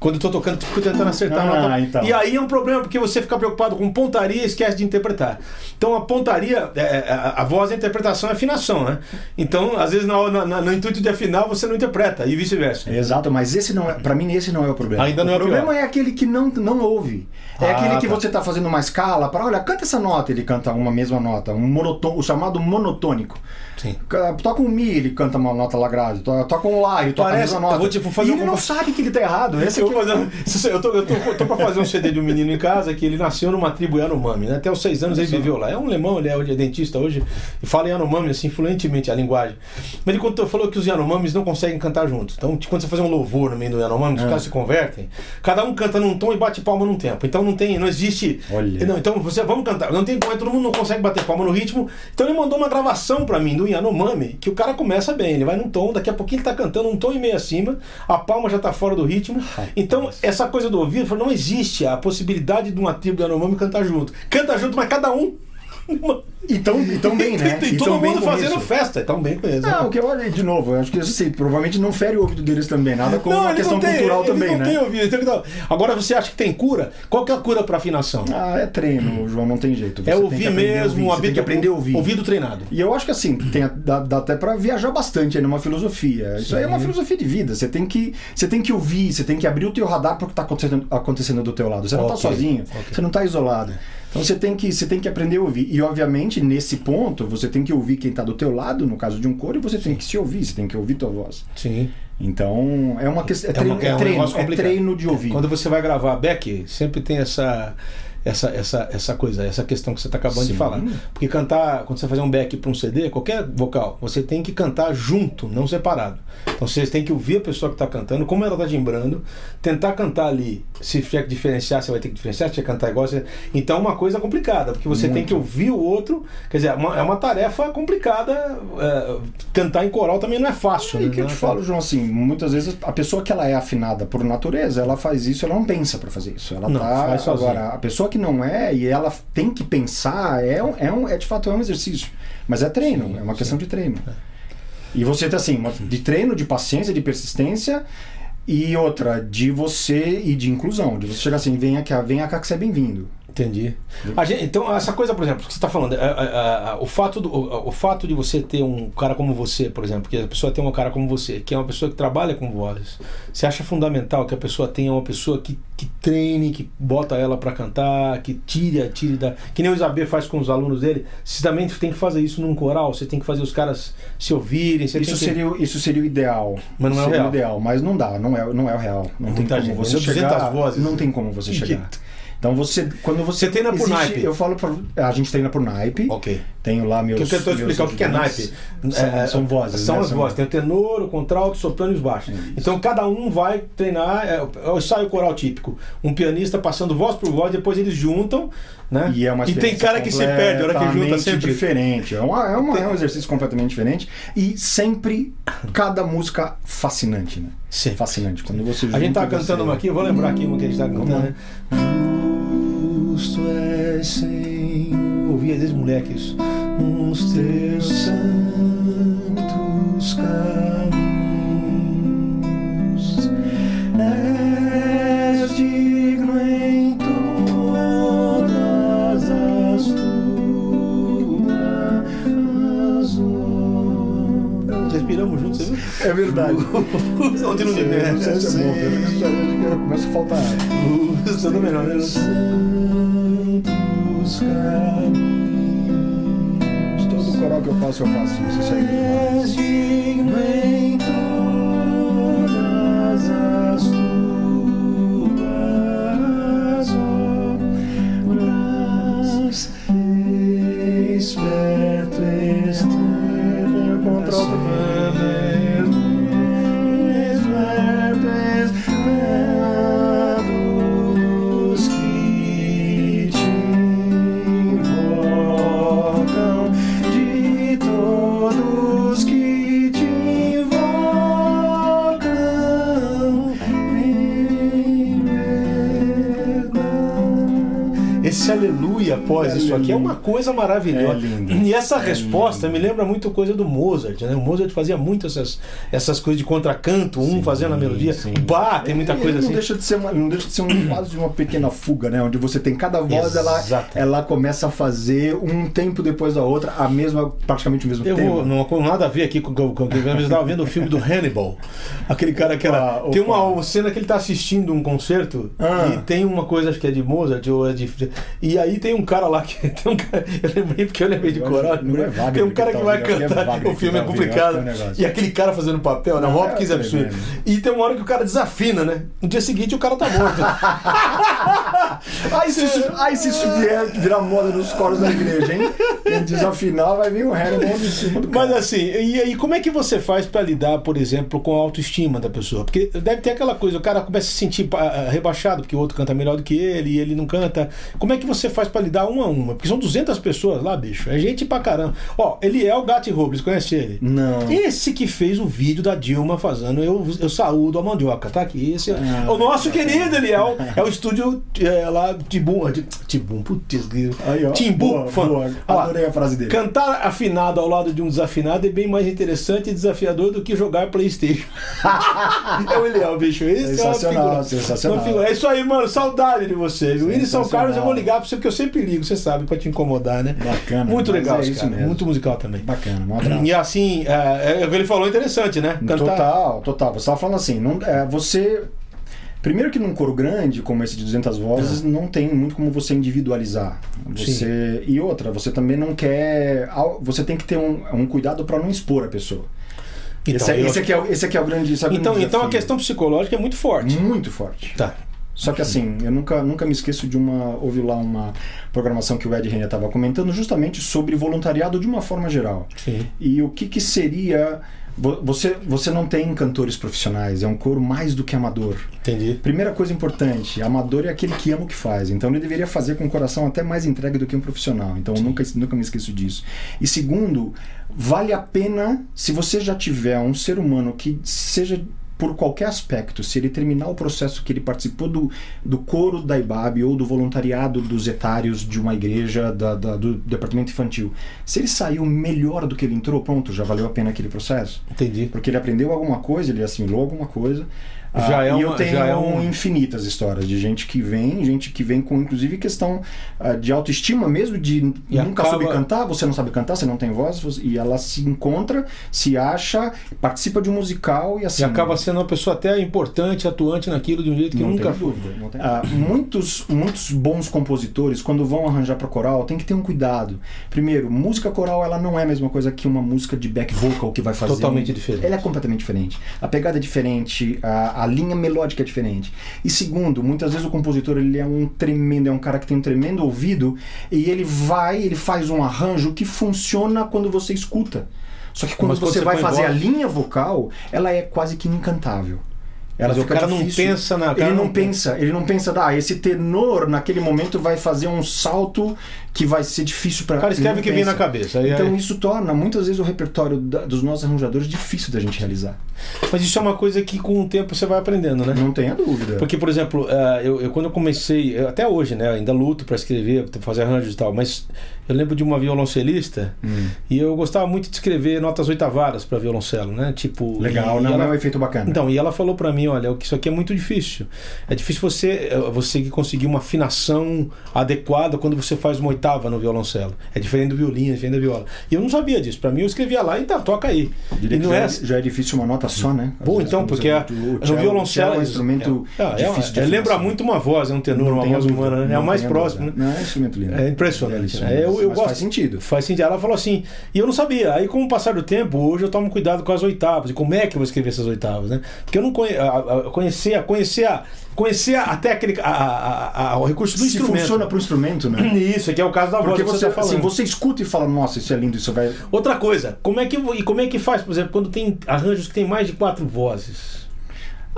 Speaker 1: Quando eu tô tocando, eu fico tentando acertar a
Speaker 2: Ah,
Speaker 1: nota.
Speaker 2: então.
Speaker 1: E aí é um problema, porque você fica preocupado com pontaria e esquece de interpretar. Então a pontaria, é, é, a, a voz, a interpretação é afinação, né? Então, às vezes, na, na- na- no intuito de afinar, você não interpreta, e vice-versa.
Speaker 2: Exato, mas esse não é, para mim esse não é o problema.
Speaker 1: Ainda não
Speaker 2: o
Speaker 1: é o
Speaker 2: problema
Speaker 1: pior.
Speaker 2: é aquele que não não ouve. É
Speaker 1: Ah,
Speaker 2: aquele que
Speaker 1: tá.
Speaker 2: você tá fazendo uma escala para, olha, canta essa nota, ele canta uma mesma nota, um monoton, o chamado monotônico.
Speaker 1: Sim.
Speaker 2: Ca- Toca um mi, ele canta uma nota lagrada. To- Toca um lá, ele toca
Speaker 1: Parece-
Speaker 2: a mesma nota.
Speaker 1: eu vou, tipo, fazer
Speaker 2: e ele
Speaker 1: um-
Speaker 2: não sabe que ele tá errado. Esse é
Speaker 1: Eu,
Speaker 2: que-
Speaker 1: vou fazer um- [laughs] se você- eu tô, eu tô- eu tô pra fazer um CD de um menino em casa que ele nasceu numa tribo Yanomami, né? Até os seis anos ele viveu lá. É um alemão, ele é, ele é dentista hoje e fala Yanomami, assim, fluentemente a linguagem. Mas ele contou, falou que os Yanomamis não conseguem cantar juntos. Então, tipo, quando você faz um louvor no meio do Yanomami,
Speaker 2: É.
Speaker 1: os caras se convertem, cada um canta num tom e bate palma num tempo. Então não tem, não existe.
Speaker 2: Olha.
Speaker 1: Não, então você, vamos cantar. Não tem como, todo mundo não consegue bater palma no ritmo. Então ele mandou uma gravação pra mim do Yanomami, que o cara começa bem, ele vai num tom, daqui a pouquinho ele tá cantando um tom e meio acima, a palma já tá fora do ritmo. Então, essa coisa do ouvido, falou, não existe a possibilidade de uma tribo Yanomami cantar junto. Canta junto, mas cada um. [laughs]
Speaker 2: E tão, e tão bem, né?
Speaker 1: e,
Speaker 2: E tão
Speaker 1: todo
Speaker 2: bem
Speaker 1: mundo
Speaker 2: com
Speaker 1: fazendo
Speaker 2: isso.
Speaker 1: festa. Tão bem com eles. né?
Speaker 2: Não, o que eu olhei de novo, eu acho que assim, provavelmente não fere o ouvido deles também, nada com uma
Speaker 1: ele
Speaker 2: questão
Speaker 1: tem,
Speaker 2: cultural
Speaker 1: ele
Speaker 2: também,
Speaker 1: não
Speaker 2: né?
Speaker 1: tem ouvido. ele tem que dar- um. Agora você acha que tem cura? Qual que é a cura pra afinação?
Speaker 2: Ah, é treino, João, não tem jeito. Você
Speaker 1: é
Speaker 2: tem que
Speaker 1: ouvir
Speaker 2: aprender
Speaker 1: mesmo,
Speaker 2: a ouvir, você
Speaker 1: habitu-
Speaker 2: tem que aprender a ouvir.
Speaker 1: Ouvido treinado.
Speaker 2: E eu acho que assim, tem, dá, dá até pra viajar bastante aí numa filosofia. Isso aí é uma filosofia de vida. Você tem que, você tem que ouvir, você tem que abrir o teu radar pro que tá acontecendo, acontecendo do teu lado. Você não tá
Speaker 1: Ok,
Speaker 2: sozinho,
Speaker 1: ok.
Speaker 2: você não tá isolado. Então você tem que, você tem que aprender a ouvir. E obviamente, nesse ponto, você tem que ouvir quem tá do teu lado, no caso de um coro, e você tem que se ouvir, você tem que ouvir tua voz.
Speaker 1: Sim.
Speaker 2: Então, é uma questão, é,
Speaker 1: É uma-
Speaker 2: treino,
Speaker 1: é
Speaker 2: é
Speaker 1: um
Speaker 2: treino,
Speaker 1: negócio
Speaker 2: é
Speaker 1: complicado.
Speaker 2: treino de ouvir.
Speaker 1: Quando você vai gravar back, sempre tem essa essa, essa, essa coisa, essa questão que você está acabando
Speaker 2: Sim.
Speaker 1: de falar. Porque cantar, quando você fazer um back para um CD, qualquer vocal, você tem que cantar junto, não separado. Então vocês têm que ouvir a pessoa que está cantando, como ela está timbrando, tentar cantar ali. Se tiver que diferenciar, você vai ter que diferenciar, se tiver que cantar igual. Você... Então é uma coisa complicada, porque você tem
Speaker 2: Muito.
Speaker 1: que ouvir o outro. Quer dizer, é uma, é uma tarefa complicada. é, cantar em coral também não é fácil.
Speaker 2: É
Speaker 1: né?
Speaker 2: que eu
Speaker 1: Não
Speaker 2: te
Speaker 1: é
Speaker 2: falo, João, assim, muitas vezes a pessoa que ela é afinada por natureza, ela faz isso, ela não pensa pra fazer isso. Ela
Speaker 1: Não,
Speaker 2: tá
Speaker 1: faz sozinha.
Speaker 2: agora, a pessoa que não é e ela tem que pensar, é um, é um é de fato é um exercício, mas é treino, é uma questão de treino. E você tá assim, uma- de treino, de paciência, de persistência e outra de você e de inclusão, de você chegar assim, venha cá, venha cá que você é bem-vindo.
Speaker 1: Entendi. A gente- então, essa coisa, por exemplo, que você está falando, é, é, é, o, fato do, o, o fato de você ter um cara como você, por exemplo, que a pessoa tem um cara como você, que é uma pessoa que trabalha com vozes, você acha fundamental que a pessoa tenha uma pessoa que, que treine, que bota ela para cantar, que tire, tire da. Que nem o Isabê faz com os alunos dele. Você também tem que fazer isso num coral, você tem que fazer os caras se ouvirem, você
Speaker 2: Isso
Speaker 1: tem que.
Speaker 2: seria, o- isso seria o ideal.
Speaker 1: Mas não é o
Speaker 2: Seria
Speaker 1: real.
Speaker 2: ideal, mas não dá, não é, não é o real. Não tem
Speaker 1: Muita
Speaker 2: como
Speaker 1: gente,
Speaker 2: você
Speaker 1: menos 200
Speaker 2: chegar.
Speaker 1: vozes.
Speaker 2: Não tem como você chegar.
Speaker 1: Jeito.
Speaker 2: Então você, quando você,
Speaker 1: Você treina por naipe?
Speaker 2: eu falo pra, a gente treina por naipe.
Speaker 1: Ok.
Speaker 2: Tenho lá meus.
Speaker 1: Que eu tentou
Speaker 2: meus
Speaker 1: explicar o que que é
Speaker 2: ajudantes.
Speaker 1: naipe.
Speaker 2: São,
Speaker 1: É,
Speaker 2: são vozes.
Speaker 1: São
Speaker 2: né?
Speaker 1: as vozes. Tem o tenor, o contralto, o soprano e os baixos. Então cada um vai treinar, é, é o ensaio coral típico. Um pianista passando voz por voz, depois eles juntam, né?
Speaker 2: E é uma
Speaker 1: tem
Speaker 2: experiência
Speaker 1: cara que se perde, a hora que junta
Speaker 2: completamente
Speaker 1: sempre.
Speaker 2: diferente. É, uma- é uma- é um exercício completamente diferente. E sempre cada música fascinante, né?
Speaker 1: Sim.
Speaker 2: Fascinante. Quando você
Speaker 1: A gente
Speaker 2: junta,
Speaker 1: tá
Speaker 2: você- né?
Speaker 1: cantando uma aqui, eu vou lembrar aqui uma que a gente tá cantando, né? Justo é sem. Ouvi às vezes moleque isso. Nos teus santos caminhos és digno em todas as tuas obras. Respiramos juntos, você viu? [laughs]
Speaker 2: É verdade.
Speaker 1: Onde não
Speaker 2: Isso é bom, velho. Isso
Speaker 1: né?
Speaker 2: é- Começa a faltar. ar.
Speaker 1: Tudo melhor, né? Santos caminhos,
Speaker 2: Todo coral que eu faço, eu faço. Isso isso aí.
Speaker 1: és digno em todas as tuas obras. Esperto esteve contra o
Speaker 2: é
Speaker 1: Esperto esteve dos que te invocam, de todos que te invocam em verdade. Esse aleluia após
Speaker 2: É
Speaker 1: isso aqui é
Speaker 2: lindo.
Speaker 1: uma coisa maravilhosa.
Speaker 2: É lindo.
Speaker 1: E essa resposta me lembra muito coisa do Mozart, né? O Mozart fazia muito essas, essas coisas de contracanto, um fazendo a melodia.
Speaker 2: sim.
Speaker 1: O Bach tem muita
Speaker 2: Ele
Speaker 1: coisa
Speaker 2: não
Speaker 1: assim.
Speaker 2: Deixa de ser uma, não deixa de ser um [coughs] quase de uma pequena fuga, né? Onde você tem cada voz, ela,
Speaker 1: Exato.
Speaker 2: ela começa a fazer um tempo depois da outra, a mesma, praticamente o mesmo
Speaker 1: Eu
Speaker 2: tema.
Speaker 1: vou, não com nada a ver aqui com o que eu- com o que eu eu estava vendo o filme do Hannibal. Aquele cara que era.
Speaker 2: Opa,
Speaker 1: Tem
Speaker 2: Ah, opa.
Speaker 1: uma, uma cena que ele está assistindo um concerto
Speaker 2: Ah.
Speaker 1: e tem uma coisa acho que é de Mozart ou é de. E aí tem um cara lá que. [laughs] Tem um cara, eu lembrei porque eu lembrei de
Speaker 2: Eu acho
Speaker 1: coral.
Speaker 2: que não é
Speaker 1: né?
Speaker 2: Wagner
Speaker 1: tem um
Speaker 2: que
Speaker 1: cara
Speaker 2: tá
Speaker 1: que vai
Speaker 2: ouvindo, acho que é
Speaker 1: cantar.
Speaker 2: Wagner
Speaker 1: o
Speaker 2: que
Speaker 1: filme
Speaker 2: tá
Speaker 1: é
Speaker 2: ouvindo, acho que é um
Speaker 1: complicado.
Speaker 2: negócio.
Speaker 1: e aquele cara fazendo papel, né?
Speaker 2: Não,
Speaker 1: Hopkins
Speaker 2: é
Speaker 1: é absurdo.
Speaker 2: tremendo.
Speaker 1: E tem uma hora que o cara desafina, né? No dia seguinte o cara tá
Speaker 2: [laughs]
Speaker 1: morto.
Speaker 2: Ai, se isso, ai, se isso vier, virar moda nos coros da igreja, hein? Quem desafinar vai vir o Hannibal de cima do
Speaker 1: Mas
Speaker 2: cara.
Speaker 1: assim, e aí como é que você faz pra lidar, por exemplo, com a autoestima da pessoa? Porque deve ter aquela coisa, o cara começa a se sentir pa- ah, rebaixado porque o outro canta melhor do que ele e ele não canta. Como é que você faz pra lidar uma a uma? Porque são 200 pessoas lá, bicho. É gente pra caramba. Ó, ele é o Gato Robles, conhece ele?
Speaker 2: Não.
Speaker 1: Esse que fez o vídeo da Dilma fazendo Eu, eu Saúdo a Mandioca, tá aqui. Esse é
Speaker 2: Ah,
Speaker 1: o nosso querido
Speaker 2: [laughs]
Speaker 1: Eliel. É o estúdio é, lá Tibum. de- Tibum, putz, grilo.
Speaker 2: Aí, ó.
Speaker 1: Timbu,
Speaker 2: Boa,
Speaker 1: é fã.
Speaker 2: boa.
Speaker 1: Olha lá.
Speaker 2: Adorei a frase dele.
Speaker 1: Cantar afinado ao lado de um desafinado é bem mais interessante e desafiador do que jogar Playstation. [laughs] é o Eliel, bicho. Esse
Speaker 2: Sensacional,
Speaker 1: é uma figura.
Speaker 2: sensacional.
Speaker 1: Uma figura. É isso aí, mano. Saudade de você. viu? E de São
Speaker 2: Sensacional.
Speaker 1: Carlos eu vou ligar pra você, porque eu sempre ligo, você sabe, pra te incomodar, né?
Speaker 2: Bacana,
Speaker 1: Muito
Speaker 2: mas
Speaker 1: legal,
Speaker 2: é
Speaker 1: esse
Speaker 2: isso
Speaker 1: cara.
Speaker 2: mesmo.
Speaker 1: Muito musical também.
Speaker 2: Bacana, um abraço.
Speaker 1: E assim, é, é, o que ele falou é interessante, né?
Speaker 2: Total, total. Você estava falando assim, não, é, você. Primeiro que num coro grande, como esse de 200 vozes,
Speaker 1: Tá.
Speaker 2: não tem muito como você individualizar. Você E outra, você também não quer. ao- Você tem que ter um, um cuidado para não expor a pessoa.
Speaker 1: Então,
Speaker 2: esse, é,
Speaker 1: eu-
Speaker 2: esse, aqui é, o- esse aqui é o grande. sabe, um
Speaker 1: então, então a
Speaker 2: desafio Hum,
Speaker 1: questão psicológica é muito forte.
Speaker 2: Muito forte.
Speaker 1: Tá.
Speaker 2: Só que assim, eu nunca, nunca me esqueço de uma. Houve lá uma programação que o Ed Renner estava comentando justamente sobre voluntariado de uma forma geral.
Speaker 1: Sim.
Speaker 2: E o que, que seria. vo- Você, você não tem cantores profissionais, é um coro mais do que amador.
Speaker 1: Entendi.
Speaker 2: Primeira coisa importante, amador é aquele que ama o que faz. Então ele deveria fazer com o coração até mais entregue do que um profissional. Então eu nunca, nunca me esqueço disso. E segundo, vale a pena se você já tiver um ser humano que seja por qualquer aspecto, se ele terminar o processo que ele participou do, do coro da IBAB ou do voluntariado dos etários de uma igreja, da- da- do departamento infantil, se ele saiu melhor do que ele entrou, pronto, já valeu a pena aquele processo
Speaker 1: Entendi.
Speaker 2: porque ele aprendeu alguma coisa, ele assimilou alguma coisa. Ah,
Speaker 1: Já é
Speaker 2: e eu
Speaker 1: uma-
Speaker 2: tenho
Speaker 1: já é um-
Speaker 2: infinitas histórias de gente que vem, gente que vem com inclusive questão ah, de autoestima mesmo, de
Speaker 1: E
Speaker 2: nunca
Speaker 1: acaba-
Speaker 2: soube cantar, você não sabe cantar, você não tem voz, você- e ela se encontra, se acha, participa de um musical e assim.
Speaker 1: E acaba sendo uma pessoa até importante, atuante naquilo de um jeito que
Speaker 2: não
Speaker 1: nunca
Speaker 2: tem
Speaker 1: foi.
Speaker 2: dúvida. não tem- Ah, muitos, muitos bons compositores, quando vão arranjar para coral, tem que ter um cuidado. Primeiro, música coral ela não é a mesma coisa que uma música de back vocal que vai fazer.
Speaker 1: Totalmente diferente.
Speaker 2: Ela é completamente diferente. A pegada é diferente, a, a linha melódica é diferente. E segundo, muitas vezes o compositor ele é um tremendo, é um cara que tem um tremendo ouvido e ele vai, ele faz um arranjo que funciona quando você escuta. Só que quando,
Speaker 1: Mas quando
Speaker 2: você,
Speaker 1: você
Speaker 2: vai
Speaker 1: põe
Speaker 2: fazer a
Speaker 1: voz-
Speaker 2: linha vocal, ela é quase que incantável. Ela
Speaker 1: Mas o
Speaker 2: fica
Speaker 1: cara não
Speaker 2: difícil.
Speaker 1: pensa na- cara
Speaker 2: Ele não
Speaker 1: não
Speaker 2: pensa, ele não pensa, ah, esse tenor naquele momento vai fazer um salto que vai ser difícil para
Speaker 1: O cara escreve o que vem na cabeça. aí-
Speaker 2: Então
Speaker 1: aí-
Speaker 2: isso torna muitas vezes o repertório da- dos nossos arranjadores difícil da gente realizar.
Speaker 1: Mas isso é uma coisa que com o tempo você vai aprendendo, né?
Speaker 2: Não tenha dúvida.
Speaker 1: Porque, por exemplo, ah, eu, eu quando eu comecei, eu até hoje, né? eu Ainda luto para escrever, pra fazer arranjos e tal, mas eu lembro de uma violoncelista
Speaker 2: Hum.
Speaker 1: e eu gostava muito de escrever notas oitavadas para violoncelo, né? Tipo.
Speaker 2: Legal,
Speaker 1: e,
Speaker 2: não
Speaker 1: e ela-
Speaker 2: é um efeito bacana.
Speaker 1: Então, e ela falou pra mim, olha, o que isso aqui é muito difícil. É difícil você eh, você que conseguir uma afinação adequada quando você faz uma oitava no violoncelo. É diferente do violino, é diferente da viola. E eu não sabia disso. Pra mim eu escrevia lá e tá, toca aí.
Speaker 2: Diria
Speaker 1: e
Speaker 2: que
Speaker 1: não
Speaker 2: já,
Speaker 1: é
Speaker 2: é, já é difícil uma nota só, né? Às
Speaker 1: Bom,
Speaker 2: vezes,
Speaker 1: então,
Speaker 2: quando
Speaker 1: porque
Speaker 2: você-
Speaker 1: a-
Speaker 2: o
Speaker 1: no
Speaker 2: cello- o
Speaker 1: violoncelo
Speaker 2: cello é um instrumento
Speaker 1: é, é, é,
Speaker 2: difícil de
Speaker 1: é, lembra
Speaker 2: afinação.
Speaker 1: muito uma voz, é um tenor, uma
Speaker 2: tenha
Speaker 1: voz
Speaker 2: dúvida,
Speaker 1: humana, né? É
Speaker 2: não
Speaker 1: o mais
Speaker 2: tenha
Speaker 1: próximo, né?
Speaker 2: dúvida. Não, é um instrumento lindo.
Speaker 1: É impressionante.
Speaker 2: Belíssimo,
Speaker 1: né? eu, eu
Speaker 2: mas
Speaker 1: gosto.
Speaker 2: Faz sentido.
Speaker 1: Faz sentido. Ela falou assim, e eu não sabia. Aí, com o passar do tempo, hoje eu tomo cuidado com as oitavas. E como é que eu vou escrever essas oitavas, né? Porque eu não conhe... a- a- a- conhecer, a- conhecer, a- conhecer a técnica, a- a- a- a- o recurso do
Speaker 2: Se
Speaker 1: instrumento.
Speaker 2: funciona para o instrumento, né?
Speaker 1: [clears throat] Isso, que é o caso da voz
Speaker 2: Porque
Speaker 1: que
Speaker 2: você,
Speaker 1: você, tá
Speaker 2: assim,
Speaker 1: falando.
Speaker 2: você escuta e fala, nossa, isso é lindo, isso vai.
Speaker 1: Outra coisa, como é que e como é que faz, por exemplo, quando tem arranjos que tem mais de quatro vozes?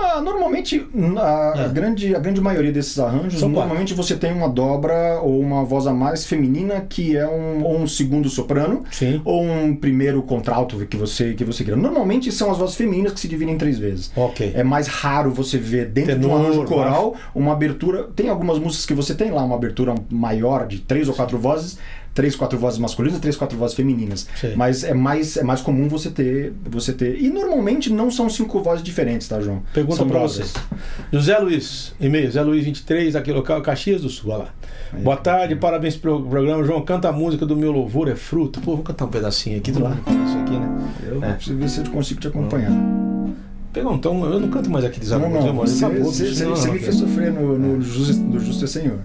Speaker 2: Ah, normalmente, a, a
Speaker 1: É.
Speaker 2: grande, a grande maioria desses arranjos,
Speaker 1: São quatro.
Speaker 2: normalmente você tem uma dobra ou uma voz a mais feminina que é um, ou um segundo soprano.
Speaker 1: Sim.
Speaker 2: Ou um primeiro contralto que você, que você cria. Normalmente são as vozes femininas que se dividem em três vezes.
Speaker 1: Ok.
Speaker 2: É mais raro você ver dentro de um
Speaker 1: Tenor,
Speaker 2: arranjo coral uma abertura. Tem algumas músicas que você tem lá uma abertura maior de três ou quatro vozes, três, quatro vozes masculinas, três, quatro vozes femininas.
Speaker 1: Sim.
Speaker 2: Mas é mais é mais comum você ter você ter. E normalmente não são cinco vozes diferentes, tá, João?
Speaker 1: Pergunta
Speaker 2: São
Speaker 1: pra
Speaker 2: dobras.
Speaker 1: você. José Luiz, e-mail, José Luiz 23, aqui local, Caxias do Sul, olha lá. Boa tarde, parabéns pelo programa. João, canta a música do meu louvor, é fruto. Pô, vou cantar um pedacinho aqui do lado.
Speaker 2: Uhum.
Speaker 1: Isso aqui, né?
Speaker 2: Eu
Speaker 1: É.
Speaker 2: preciso ver se eu consigo te acompanhar.
Speaker 1: Pegar um tom, eu não canto mais aqui
Speaker 2: Não,
Speaker 1: desagudo,
Speaker 2: não. Você, você- você- você me fez sofrer no, no Justo, no Justo é Senhor.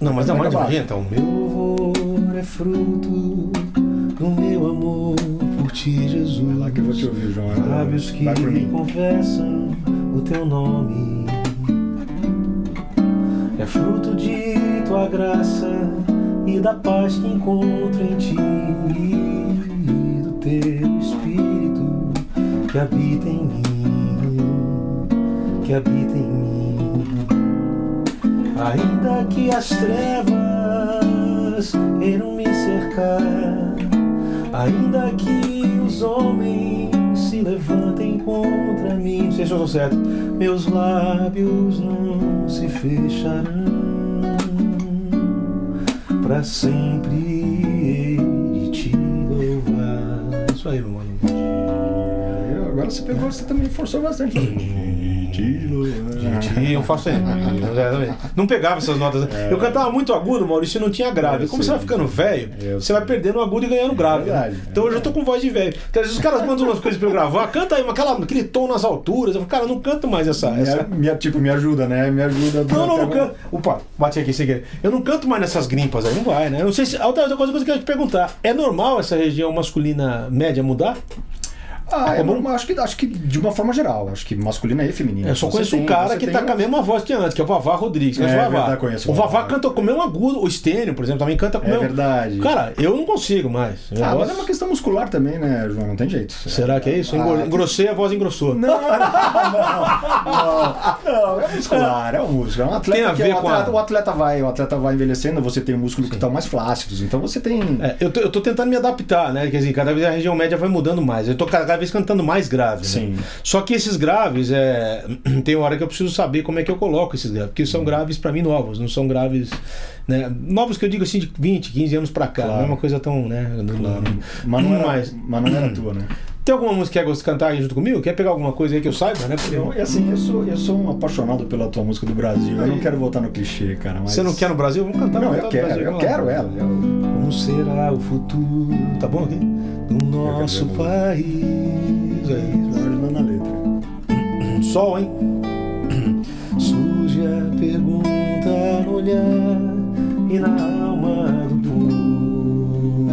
Speaker 1: Não, mas dá mais de
Speaker 2: Vai
Speaker 1: uma
Speaker 2: acabar.
Speaker 1: então. Meu louvor é fruto do meu amor por ti, Jesus.
Speaker 2: Vai É lá que eu vou te ouvir, João.
Speaker 1: Lábios que
Speaker 2: Vai por mim.
Speaker 1: confessam o teu nome. É fruto de tua graça e da paz que encontro em ti e do teu espírito que habita em mim, que habita em mim. Ainda que as trevas irão me cercar, Ainda que os homens se levantem contra mim, não sei se eu estou certo, meus lábios não se fecharão. Pra sempre hei de te louvar. Isso aí, meu amigo.
Speaker 2: Eu- Agora você pegou, você também forçou bastante. [laughs]
Speaker 1: Gente, eu faço aí.
Speaker 2: Uhum.
Speaker 1: Não pegava essas notas. né? Eu cantava muito agudo, Maurício, e não tinha grave.
Speaker 2: É. Eu
Speaker 1: Como
Speaker 2: sei
Speaker 1: você vai ficando velho,
Speaker 2: Eu
Speaker 1: você
Speaker 2: sei.
Speaker 1: vai perdendo o agudo e ganhando grave. né?
Speaker 2: verdade, é
Speaker 1: então hoje eu tô com voz de velho. Porque às vezes os caras mandam umas coisas pra eu gravar, canta aí, mas aquela, aquele tom nas alturas. Eu falo, cara, eu não canto mais essa.
Speaker 2: Minha-
Speaker 1: essa...
Speaker 2: minha- tipo, me ajuda, né? Me ajuda.
Speaker 1: Não, não,
Speaker 2: até-
Speaker 1: não canto. Opa, bati aqui sem querer. Eu não canto mais nessas grimpas aí, não vai, né? Eu não sei se. Outra outra coisa que eu quero te perguntar: é normal essa região masculina média mudar?
Speaker 2: Ah, é
Speaker 1: Como?
Speaker 2: normal, acho, que, acho que de uma forma geral. Acho que masculina e feminina.
Speaker 1: Eu só
Speaker 2: Você
Speaker 1: conheço um
Speaker 2: tem-
Speaker 1: cara
Speaker 2: você
Speaker 1: que
Speaker 2: tem
Speaker 1: tá
Speaker 2: um-
Speaker 1: com a mesma voz que antes, que é o Vavá Rodrigues. Conhece
Speaker 2: É
Speaker 1: o Vavá?
Speaker 2: verdade, conheço
Speaker 1: o
Speaker 2: o Vavá.
Speaker 1: Vavá canta com o mesmo agudo. O Estênio, por exemplo, também canta com o
Speaker 2: É
Speaker 1: mesmo.
Speaker 2: verdade.
Speaker 1: Cara, eu não consigo mais. Minha
Speaker 2: Ah,
Speaker 1: voz-
Speaker 2: mas é uma questão muscular também, né, João? Não tem jeito.
Speaker 1: Será que é isso? Engro-
Speaker 2: Ah,
Speaker 1: Engrossei, a voz engrossou.
Speaker 2: Não, não, não, não, é muscular, é um músculo. É um atleta
Speaker 1: Tem a
Speaker 2: que-
Speaker 1: ver
Speaker 2: o
Speaker 1: com
Speaker 2: atleta,
Speaker 1: a-
Speaker 2: o atleta vai, o atleta vai envelhecendo, você tem músculos que estão mais flácidos, então você tem.
Speaker 1: É, eu, tô, eu tô tentando me adaptar, né? Quer dizer, cada vez a região média vai mudando mais. Eu tô cada vez cantando mais grave. né?
Speaker 2: Sim.
Speaker 1: Só que esses graves, é... [clears throat] tem hora que eu preciso saber como é que eu coloco esses graves. Porque são graves pra mim novos, não são graves. Né? Novos que eu digo assim de 20, 15 anos pra cá.
Speaker 2: Claro.
Speaker 1: Não é uma coisa tão. Né?
Speaker 2: Mas não, era,
Speaker 1: mais.
Speaker 2: mas não era tua, né?
Speaker 1: Tem alguma música que quer cantar aí junto comigo? Quer pegar alguma coisa aí que eu saiba, né? Porque
Speaker 2: Eu, e assim, eu sou, eu sou um apaixonado pela tua música do Brasil. Eu não quero voltar no clichê, cara. Mas...
Speaker 1: Você não quer no Brasil? Vamos cantar
Speaker 2: Não,
Speaker 1: vamos
Speaker 2: eu
Speaker 1: cantar no
Speaker 2: quero,
Speaker 1: Brasil,
Speaker 2: eu
Speaker 1: vamos lá.
Speaker 2: quero é. ela. Eu-
Speaker 1: Como será o futuro? Tá bom aqui? Do nosso
Speaker 2: Eu
Speaker 1: país. É
Speaker 2: Não, não na letra.
Speaker 1: isso. Sol, hein? [clears throat] Surge a pergunta no olhar e na alma do povo.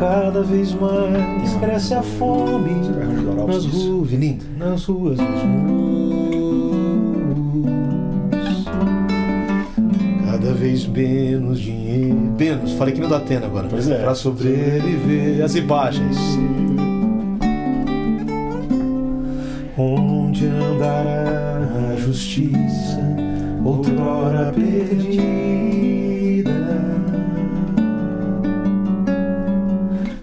Speaker 1: cada vez mais
Speaker 2: uma-
Speaker 1: cresce a fome
Speaker 2: Você vai arranjar um
Speaker 1: nas
Speaker 2: Alves disso.
Speaker 1: ruas, lindo, nas ruas dos morros. Cada vez menos dinheiro. Menos, falei que não dá tena agora.
Speaker 2: Pois é.
Speaker 1: Pra sobreviver as imagens. Onde andará a justiça, outrora perdida?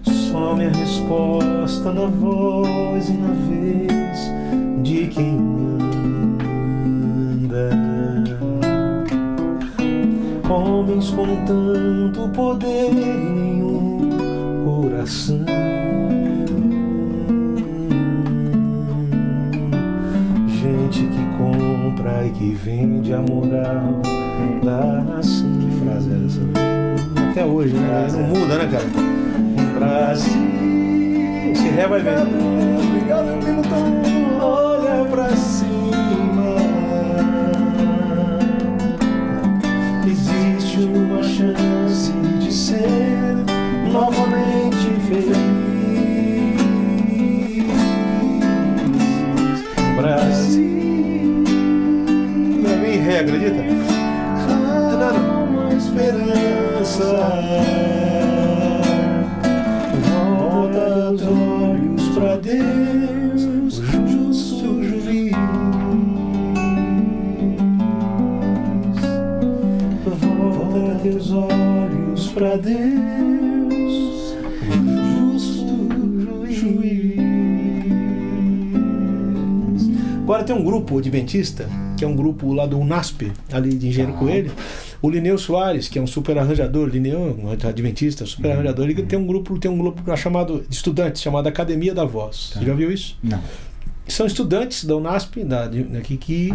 Speaker 1: Some a resposta na voz e na vez de quem anda. Homens com tanto poder e nenhum coração. Gente que compra e que vende a moral da nação.
Speaker 2: Que frase é essa?
Speaker 1: Até hoje, né?
Speaker 2: Frase,
Speaker 1: Não
Speaker 2: é.
Speaker 1: muda, né, cara? Brasil. Esse ré vai ver.
Speaker 2: Obrigado,
Speaker 1: Olha pra cima. Existe uma chance de ser novamente feliz. Brasil. Pra mim, ré, acredita? Há uma esperança. Volta os olhos pra Deus, o justo juiz. Volta teus olhos pra Deus, o justo juiz. Agora tem um grupo adventista, que é um grupo lá do UNASP, ali de
Speaker 2: Ah.
Speaker 1: Engenheiro Coelho. O Lineu Soares, que é um super arranjador, Lineu, é um adventista, super
Speaker 2: Uhum.
Speaker 1: arranjador, ele tem um grupo, tem um grupo chamado de estudantes, chamado Academia da Voz.
Speaker 2: Tá.
Speaker 1: Você já viu isso?
Speaker 2: Não.
Speaker 1: São estudantes da UNASP, da, de- daqui, que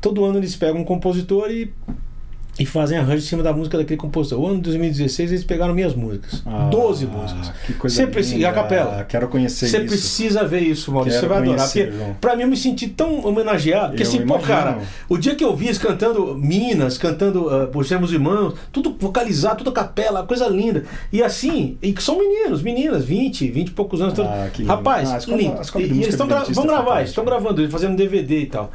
Speaker 1: todo ano eles pegam um compositor e, e fazem arranjo em cima da música daquele compositor. O ano de 2016 eles pegaram minhas músicas, 12 músicas.
Speaker 2: Ah, Que coisa
Speaker 1: Você precisa- e a
Speaker 2: linda.
Speaker 1: capela?
Speaker 2: Quero conhecer
Speaker 1: Você
Speaker 2: isso.
Speaker 1: precisa ver isso, Maurício.
Speaker 2: Quero
Speaker 1: você vai adorar.
Speaker 2: conhecer,
Speaker 1: Porque,
Speaker 2: João.
Speaker 1: pra mim, eu me senti tão homenageado. Porque,
Speaker 2: Eu
Speaker 1: assim, pô,
Speaker 2: imagino.
Speaker 1: cara, o dia que eu vi eles cantando Minas, cantando ah, Por Sermos Irmãos, tudo vocalizado, tudo a capela, coisa linda. E assim, e que são meninos, meninas, 20, 20 e poucos anos.
Speaker 2: Ah,
Speaker 1: tudo.
Speaker 2: que lindo.
Speaker 1: Rapaz,
Speaker 2: Ah, a escola-
Speaker 1: lindo.
Speaker 2: a escola
Speaker 1: E
Speaker 2: de
Speaker 1: eles
Speaker 2: música
Speaker 1: estão gra
Speaker 2: adventista
Speaker 1: vão
Speaker 2: é
Speaker 1: gravar,
Speaker 2: fantástica.
Speaker 1: estão gravando, eles fazendo um DVD e tal.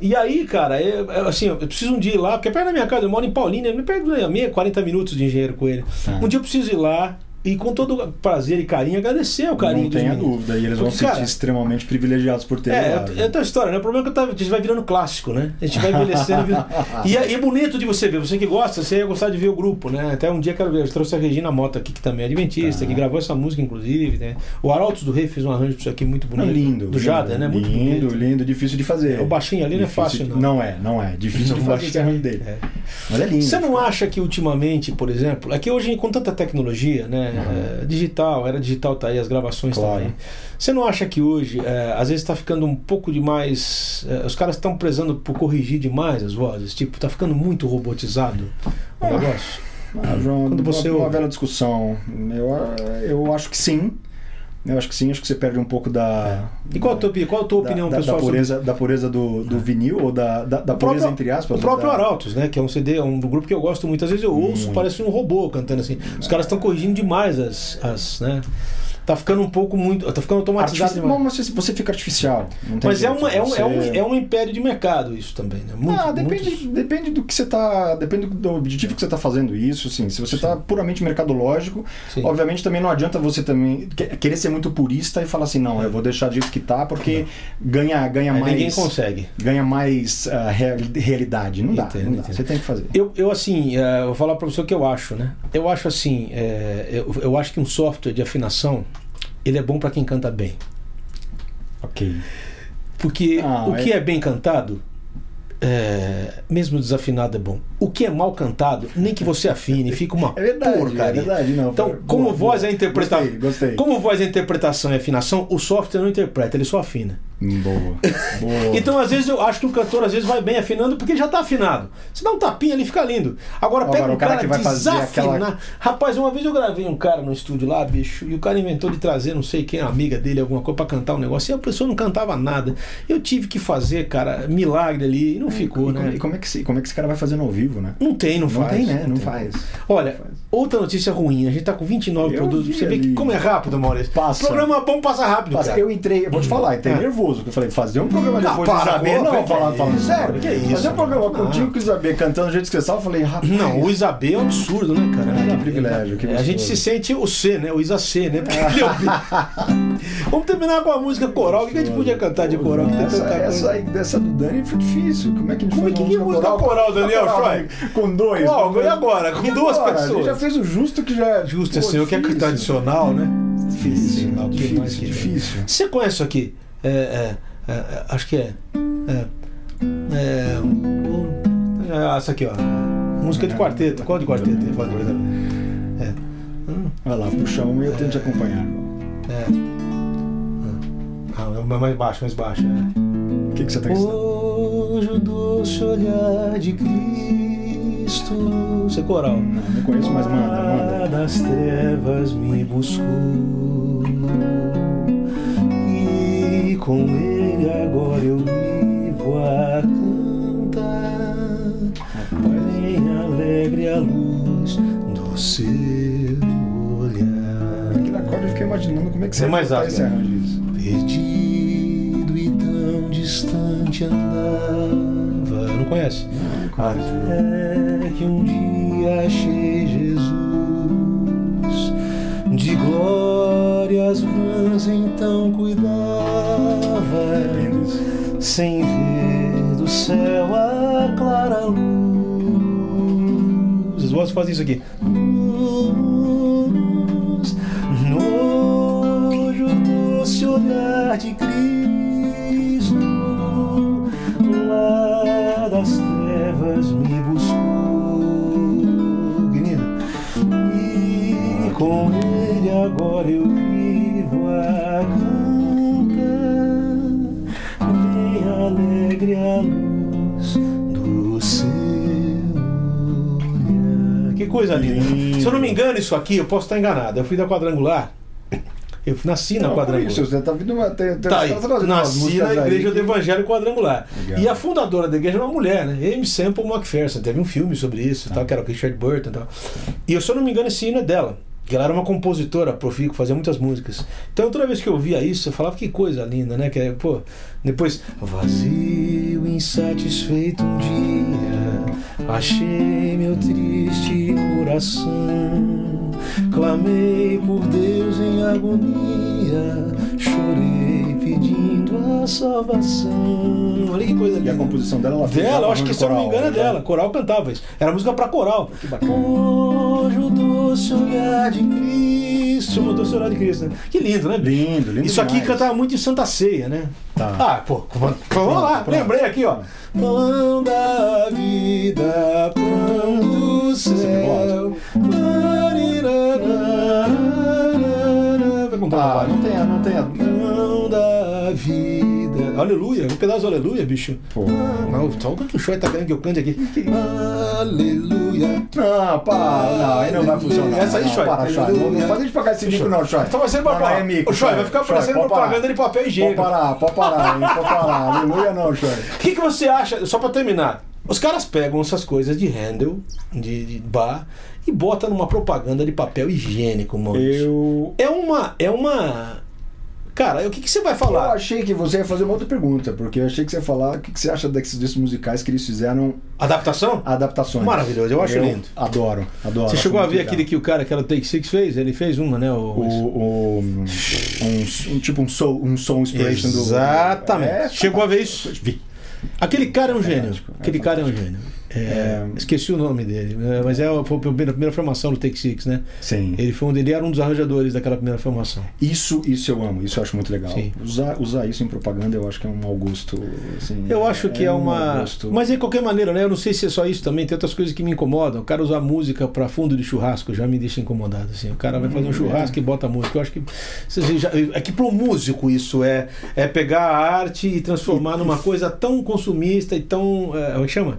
Speaker 1: E aí, cara, é- é, assim, eu preciso um dia ir lá, porque é perto da minha casa, eu moro em Paulínia, me perto da minha, 40 minutos de engenheiro com ele.
Speaker 2: Tá.
Speaker 1: Um dia eu preciso ir lá. E com todo prazer e carinho, agradecer o um carinho
Speaker 2: Não
Speaker 1: dos
Speaker 2: tenha
Speaker 1: meninos.
Speaker 2: dúvida. E eles vão
Speaker 1: Porque,
Speaker 2: se sentir
Speaker 1: cara,
Speaker 2: extremamente privilegiados por ter
Speaker 1: É,
Speaker 2: lá.
Speaker 1: é outra história, né? O problema é que eu tava- a gente vai virando clássico, né? A gente vai envelhecendo.
Speaker 2: [laughs]
Speaker 1: vira- e, é, e é bonito de você ver. Você que gosta, você ia gostar de ver o grupo, né? Até um dia quero ver. Eu trouxe a Regina Mota aqui, que também é adventista,
Speaker 2: Tá.
Speaker 1: que gravou essa música, inclusive. Né? O Arautos do Rei fez um arranjo pra isso aqui muito
Speaker 2: Não,
Speaker 1: bonito.
Speaker 2: lindo.
Speaker 1: Do Jada,
Speaker 2: lindo,
Speaker 1: né? Muito
Speaker 2: lindo,
Speaker 1: bonito.
Speaker 2: lindo, difícil de fazer.
Speaker 1: É, o baixinho ali não é
Speaker 2: Difícil
Speaker 1: fácil,
Speaker 2: de-
Speaker 1: não.
Speaker 2: Não é, não é. Difícil
Speaker 1: [laughs] Não
Speaker 2: de fazer esse
Speaker 1: é.
Speaker 2: arranjo dele.
Speaker 1: É.
Speaker 2: Mas é lindo.
Speaker 1: Você não acha que ultimamente, por exemplo, é que hoje com tanta tecnologia, né, é, digital, era digital tá aí, as gravações estão
Speaker 2: Uhum. Claro.
Speaker 1: aí. Você não acha que hoje, é, às vezes está ficando um pouco demais, é, os caras estão prezando por corrigir demais as vozes, tipo, tá ficando muito robotizado o
Speaker 2: Ah.
Speaker 1: negócio?
Speaker 2: Ah, João,
Speaker 1: Quando
Speaker 2: uma-
Speaker 1: você
Speaker 2: uma,
Speaker 1: ouve.
Speaker 2: velha discussão. Eu, eu acho que sim. Eu acho que sim, acho que você perde um pouco da.
Speaker 1: E qual a tua,
Speaker 2: da,
Speaker 1: opi- qual a tua opinião
Speaker 2: da,
Speaker 1: pessoal
Speaker 2: da
Speaker 1: sobre
Speaker 2: pureza, da pureza do, do vinil ou da, da, da
Speaker 1: O
Speaker 2: pureza
Speaker 1: próprio-
Speaker 2: entre aspas?
Speaker 1: o próprio
Speaker 2: da...
Speaker 1: Arautos, né? Que é um CD, é um grupo que eu gosto muito. Às vezes eu ouço,
Speaker 2: Muito.
Speaker 1: parece um robô cantando assim. Os caras estão corrigindo demais as, as, né? Tá ficando um pouco muito, tá ficando automatizado
Speaker 2: Artifici...
Speaker 1: demais.
Speaker 2: Não, mas assim, você- você fica artificial. não tem
Speaker 1: Mas é,
Speaker 2: jeito,
Speaker 1: uma, é, um,
Speaker 2: você-
Speaker 1: é, um, é um império de mercado isso também, né? Muito,
Speaker 2: Ah, depende,
Speaker 1: muito-
Speaker 2: depende do que você tá. Depende do objetivo que você tá fazendo isso, sim. Se você tá puramente mercadológico,
Speaker 1: Sim.
Speaker 2: obviamente também não adianta você também que- querer ser muito purista e falar assim, não, eu vou deixar disso que tá, porque ganha, ganha
Speaker 1: Aí
Speaker 2: é mais.
Speaker 1: ninguém consegue.
Speaker 2: ganha mais ah, reali- realidade. Não dá,
Speaker 1: Entendo,
Speaker 2: não dá.
Speaker 1: entendo.
Speaker 2: Você tem que fazer.
Speaker 1: Eu, eu assim, eh, vou falar pra você o que eu acho, né? Eu acho assim, eh, eu, eu acho que um software de afinação, ele é bom pra quem canta bem.
Speaker 2: Ok.
Speaker 1: Porque
Speaker 2: Ah,
Speaker 1: o que
Speaker 2: é-
Speaker 1: é bem cantado, eh, mesmo desafinado é bom. O que é mal cantado, nem que você afine, fica uma
Speaker 2: [laughs] É verdade,
Speaker 1: porcaria.
Speaker 2: é verdade, não.
Speaker 1: Então, como
Speaker 2: Boa,
Speaker 1: voz
Speaker 2: boa.
Speaker 1: é interpretar,
Speaker 2: Gostei, gostei.
Speaker 1: como voz é interpretação e afinação, o software não interpreta, ele só afina.
Speaker 2: Boa, boa.
Speaker 1: [laughs] Então, às vezes, eu acho que o cantor às vezes vai bem afinando porque ele já tá afinado. Se dá um tapinha, ele fica lindo. Agora, pega
Speaker 2: Agora,
Speaker 1: um
Speaker 2: o cara
Speaker 1: cara,
Speaker 2: que vai fazer
Speaker 1: desafinar.
Speaker 2: aquela-
Speaker 1: Rapaz, uma vez eu gravei um cara no estúdio lá, bicho, e o cara inventou de trazer, não sei quem, a amiga dele, alguma coisa pra cantar um negócio, e a pessoa não cantava nada. Eu tive que fazer, cara, milagre ali, e não ficou,
Speaker 2: É, E como,
Speaker 1: né?
Speaker 2: e como é que esse, como é que esse cara vai fazendo ao vivo, né?
Speaker 1: Não tem, não,
Speaker 2: Não
Speaker 1: faz.
Speaker 2: tem, né? Não faz.
Speaker 1: Olha, Outra notícia ruim, a gente tá com 29
Speaker 2: Eu
Speaker 1: produtos.
Speaker 2: vi
Speaker 1: Você vê
Speaker 2: ali.
Speaker 1: que como é rápido, Maurício.
Speaker 2: Passa.
Speaker 1: Programa bom passa rápido,
Speaker 2: Mas
Speaker 1: cara.
Speaker 2: eu entrei, eu vou te falar, entrei
Speaker 1: Ah.
Speaker 2: nervoso. que Eu falei, fazer um programa
Speaker 1: Ah,
Speaker 2: depois de
Speaker 1: para,
Speaker 2: saber.
Speaker 1: pô,
Speaker 2: Não,
Speaker 1: peraí,
Speaker 2: falar, falando sério.
Speaker 1: que isso,
Speaker 2: Fazer um programa
Speaker 1: cara.
Speaker 2: contigo com o Isabê cantando do jeito que você sabe, eu falei, rapaz.
Speaker 1: Não, o Isa B é um absurdo, né, cara?
Speaker 2: que privilégio, que
Speaker 1: É, a gente se
Speaker 2: gostoso.
Speaker 1: sente o C, né? O Isa C, né? Porque ele é
Speaker 2: [laughs]
Speaker 1: o- Vamos terminar com a música coral. O que a gente podia cantar de coral? Que tem
Speaker 2: Essa,
Speaker 1: tanta
Speaker 2: essa
Speaker 1: coisa.
Speaker 2: aí dessa do Dani foi difícil. Como é que a gente
Speaker 1: Como é
Speaker 2: faz
Speaker 1: que
Speaker 2: uma
Speaker 1: que música coral, Daniel Schroy?
Speaker 2: né? Com dois.
Speaker 1: Qual?
Speaker 2: com dois.
Speaker 1: E agora? Com
Speaker 2: E
Speaker 1: duas
Speaker 2: agora?
Speaker 1: pessoas?
Speaker 2: Ele já fez o justo que já é.
Speaker 1: Justo,
Speaker 2: Pô,
Speaker 1: assim, o que é
Speaker 2: difícil.
Speaker 1: tradicional, né?
Speaker 2: Difícil,
Speaker 1: Tradicional,
Speaker 2: difícil,
Speaker 1: demais que-
Speaker 2: difícil.
Speaker 1: Você conhece isso aqui? É, é, é, é, acho que é. É. é, um- é, essa aqui, ó. Música de quarteto. Qual de quarteto? Ele fala de quarteto.
Speaker 2: Vai lá, puxa um e eu tento te acompanhar.
Speaker 1: É. Ah, é mais baixo, mais baixo. É.
Speaker 2: O que, que você tá gostando?
Speaker 1: Hoje o doce olhar de Cristo. Isso é coral.
Speaker 2: Não, não conheço mais nada,
Speaker 1: Lá
Speaker 2: manda.
Speaker 1: das trevas me buscou e com ele agora eu vivo a cantar. Vem alegre a luz do seu olhar.
Speaker 2: Aquele acorde eu fiquei imaginando como é
Speaker 1: É
Speaker 2: que você
Speaker 1: mais
Speaker 2: botar
Speaker 1: alto,
Speaker 2: esse
Speaker 1: né?
Speaker 2: arranjo disso.
Speaker 1: Perdido e tão distante andava. Não conhece? Até que um dia achei Jesus de glórias vãs então cuidava
Speaker 2: Lindo isso.
Speaker 1: sem ver do céu a clara luz. Os vozes fazem isso aqui. Luz, nojo doce olhar de Cristo, lá das trevas me buscou. Querido, e com ele agora eu vivo a cantar. Vem alegre a luz do seu olhar. Que coisa linda. Se eu não me engano, isso aqui, eu posso estar enganado. Eu fui da quadrangular. Eu nasci na
Speaker 2: Não, por
Speaker 1: quadrangular.
Speaker 2: isso, você tá vindo uma. Tem, tem,
Speaker 1: Tá
Speaker 2: você
Speaker 1: aí,
Speaker 2: tá trazendo umas
Speaker 1: nasci
Speaker 2: músicas
Speaker 1: na
Speaker 2: aí
Speaker 1: igreja
Speaker 2: que-
Speaker 1: do Evangelho Quadrangular.
Speaker 2: Legal.
Speaker 1: E a fundadora da igreja era uma mulher, né? Amy Sample McPherson. Teve um filme sobre isso, tal, que era o Richard Burton e tal. E eu, se eu não me engano, esse hino é dela. Que ela era uma compositora profícua, fazia muitas músicas. Então toda vez que eu via isso, eu falava que coisa linda, né? Que é, pô, depois. Vazio, insatisfeito um dia, achei meu triste coração. Clamei por Deus em agonia, chorei pedindo a salvação. Olha que coisa
Speaker 2: E
Speaker 1: linda.
Speaker 2: a composição dela, ela fez
Speaker 1: Dela, eu
Speaker 2: um
Speaker 1: acho que se eu não me
Speaker 2: coral,
Speaker 1: engano é
Speaker 2: né?
Speaker 1: dela. Coral cantava isso. Era música pra coral.
Speaker 2: Que bacana.
Speaker 1: Hoje o doce olhar de Cristo. O doce olhar de Cristo, né? Que lindo, né, bicho?
Speaker 2: Lindo, lindo.
Speaker 1: Isso aqui
Speaker 2: demais.
Speaker 1: cantava muito em Santa Ceia, né?
Speaker 2: Tá.
Speaker 1: Ah, pô, vamos vamos lá,
Speaker 2: pronto.
Speaker 1: lembrei aqui, ó. Pão da vida, pão do céu. Vai contar uma
Speaker 2: Ah,
Speaker 1: parte.
Speaker 2: não tem, não tem.
Speaker 1: Pão da vida. Aleluia, um pedaço do aleluia, bicho.
Speaker 2: Pô.
Speaker 1: Ah, Não, só o que o show tá querendo que eu cante aqui. Aleluia.
Speaker 2: Não, pá, não, aí não vai funcionar.
Speaker 1: Ah, Essa aí,
Speaker 2: não,
Speaker 1: Shoy.
Speaker 2: Para, Shoy. Não, não faz a gente pagar esse mico, não, Shoy.
Speaker 1: é- Então vai ser pra
Speaker 2: Não, não
Speaker 1: cá.
Speaker 2: é mico,
Speaker 1: Ô, Shoy,
Speaker 2: Shoy.
Speaker 1: vai ficar
Speaker 2: Shoy,
Speaker 1: parecendo
Speaker 2: pode parar.
Speaker 1: propaganda de papel
Speaker 2: Pode
Speaker 1: higiênico.
Speaker 2: parar, pode parar, hein,
Speaker 1: [laughs]
Speaker 2: pode parar. Aleluia não, Shoy.
Speaker 1: O que, que você acha, só pra terminar, os caras pegam essas coisas de handle, de, de bar, e botam numa propaganda de papel higiênico, mano.
Speaker 2: Eu
Speaker 1: É uma. É uma. Cara, o que, que você vai
Speaker 2: Eu
Speaker 1: falar?
Speaker 2: achei que você ia fazer uma outra pergunta, porque eu achei que você ia falar o que que você acha desses discos musicais que eles fizeram
Speaker 1: Adaptação?
Speaker 2: Ah, adaptações.
Speaker 1: Maravilhoso, eu acho lindo.
Speaker 2: Adoro, adoro.
Speaker 1: Você
Speaker 2: acho
Speaker 1: chegou a
Speaker 2: muito
Speaker 1: ver
Speaker 2: legal.
Speaker 1: aquele que o cara, aquela Take Six fez? Ele fez uma, né? o-
Speaker 2: O, o- um, um- tipo um soul, um soul inspiration do.
Speaker 1: Exatamente.
Speaker 2: É,
Speaker 1: Chegou a ver isso? Vi. Aquele cara é um gênio.
Speaker 2: fantástico, é
Speaker 1: Aquele cara é um gênio. É,
Speaker 2: É.
Speaker 1: Esqueci o nome dele, é, mas é, a- foi a primeira, a primeira formação do Take Six, né?
Speaker 2: É, Sim.
Speaker 1: Ele, foi um, ele era um dos arranjadores daquela primeira formação.
Speaker 2: Isso, isso eu amo, isso eu acho muito legal.
Speaker 1: Sim.
Speaker 2: Usar, usar isso em propaganda eu acho que é um mau gosto. assim,
Speaker 1: Eu acho que é,
Speaker 2: um mau
Speaker 1: uma.
Speaker 2: gosto.
Speaker 1: Mas de qualquer maneira, né? Eu não sei se é só isso também. Tem outras coisas que me incomodam. O cara usar música pra fundo de churrasco já me deixa incomodado. Assim. O cara vai
Speaker 2: Hum,
Speaker 1: fazer um
Speaker 2: é.
Speaker 1: churrasco e bota música. Eu acho que. assim, já- É que pro músico isso é, é pegar a arte e transformar numa coisa tão consumista e tão. É, como é que chama?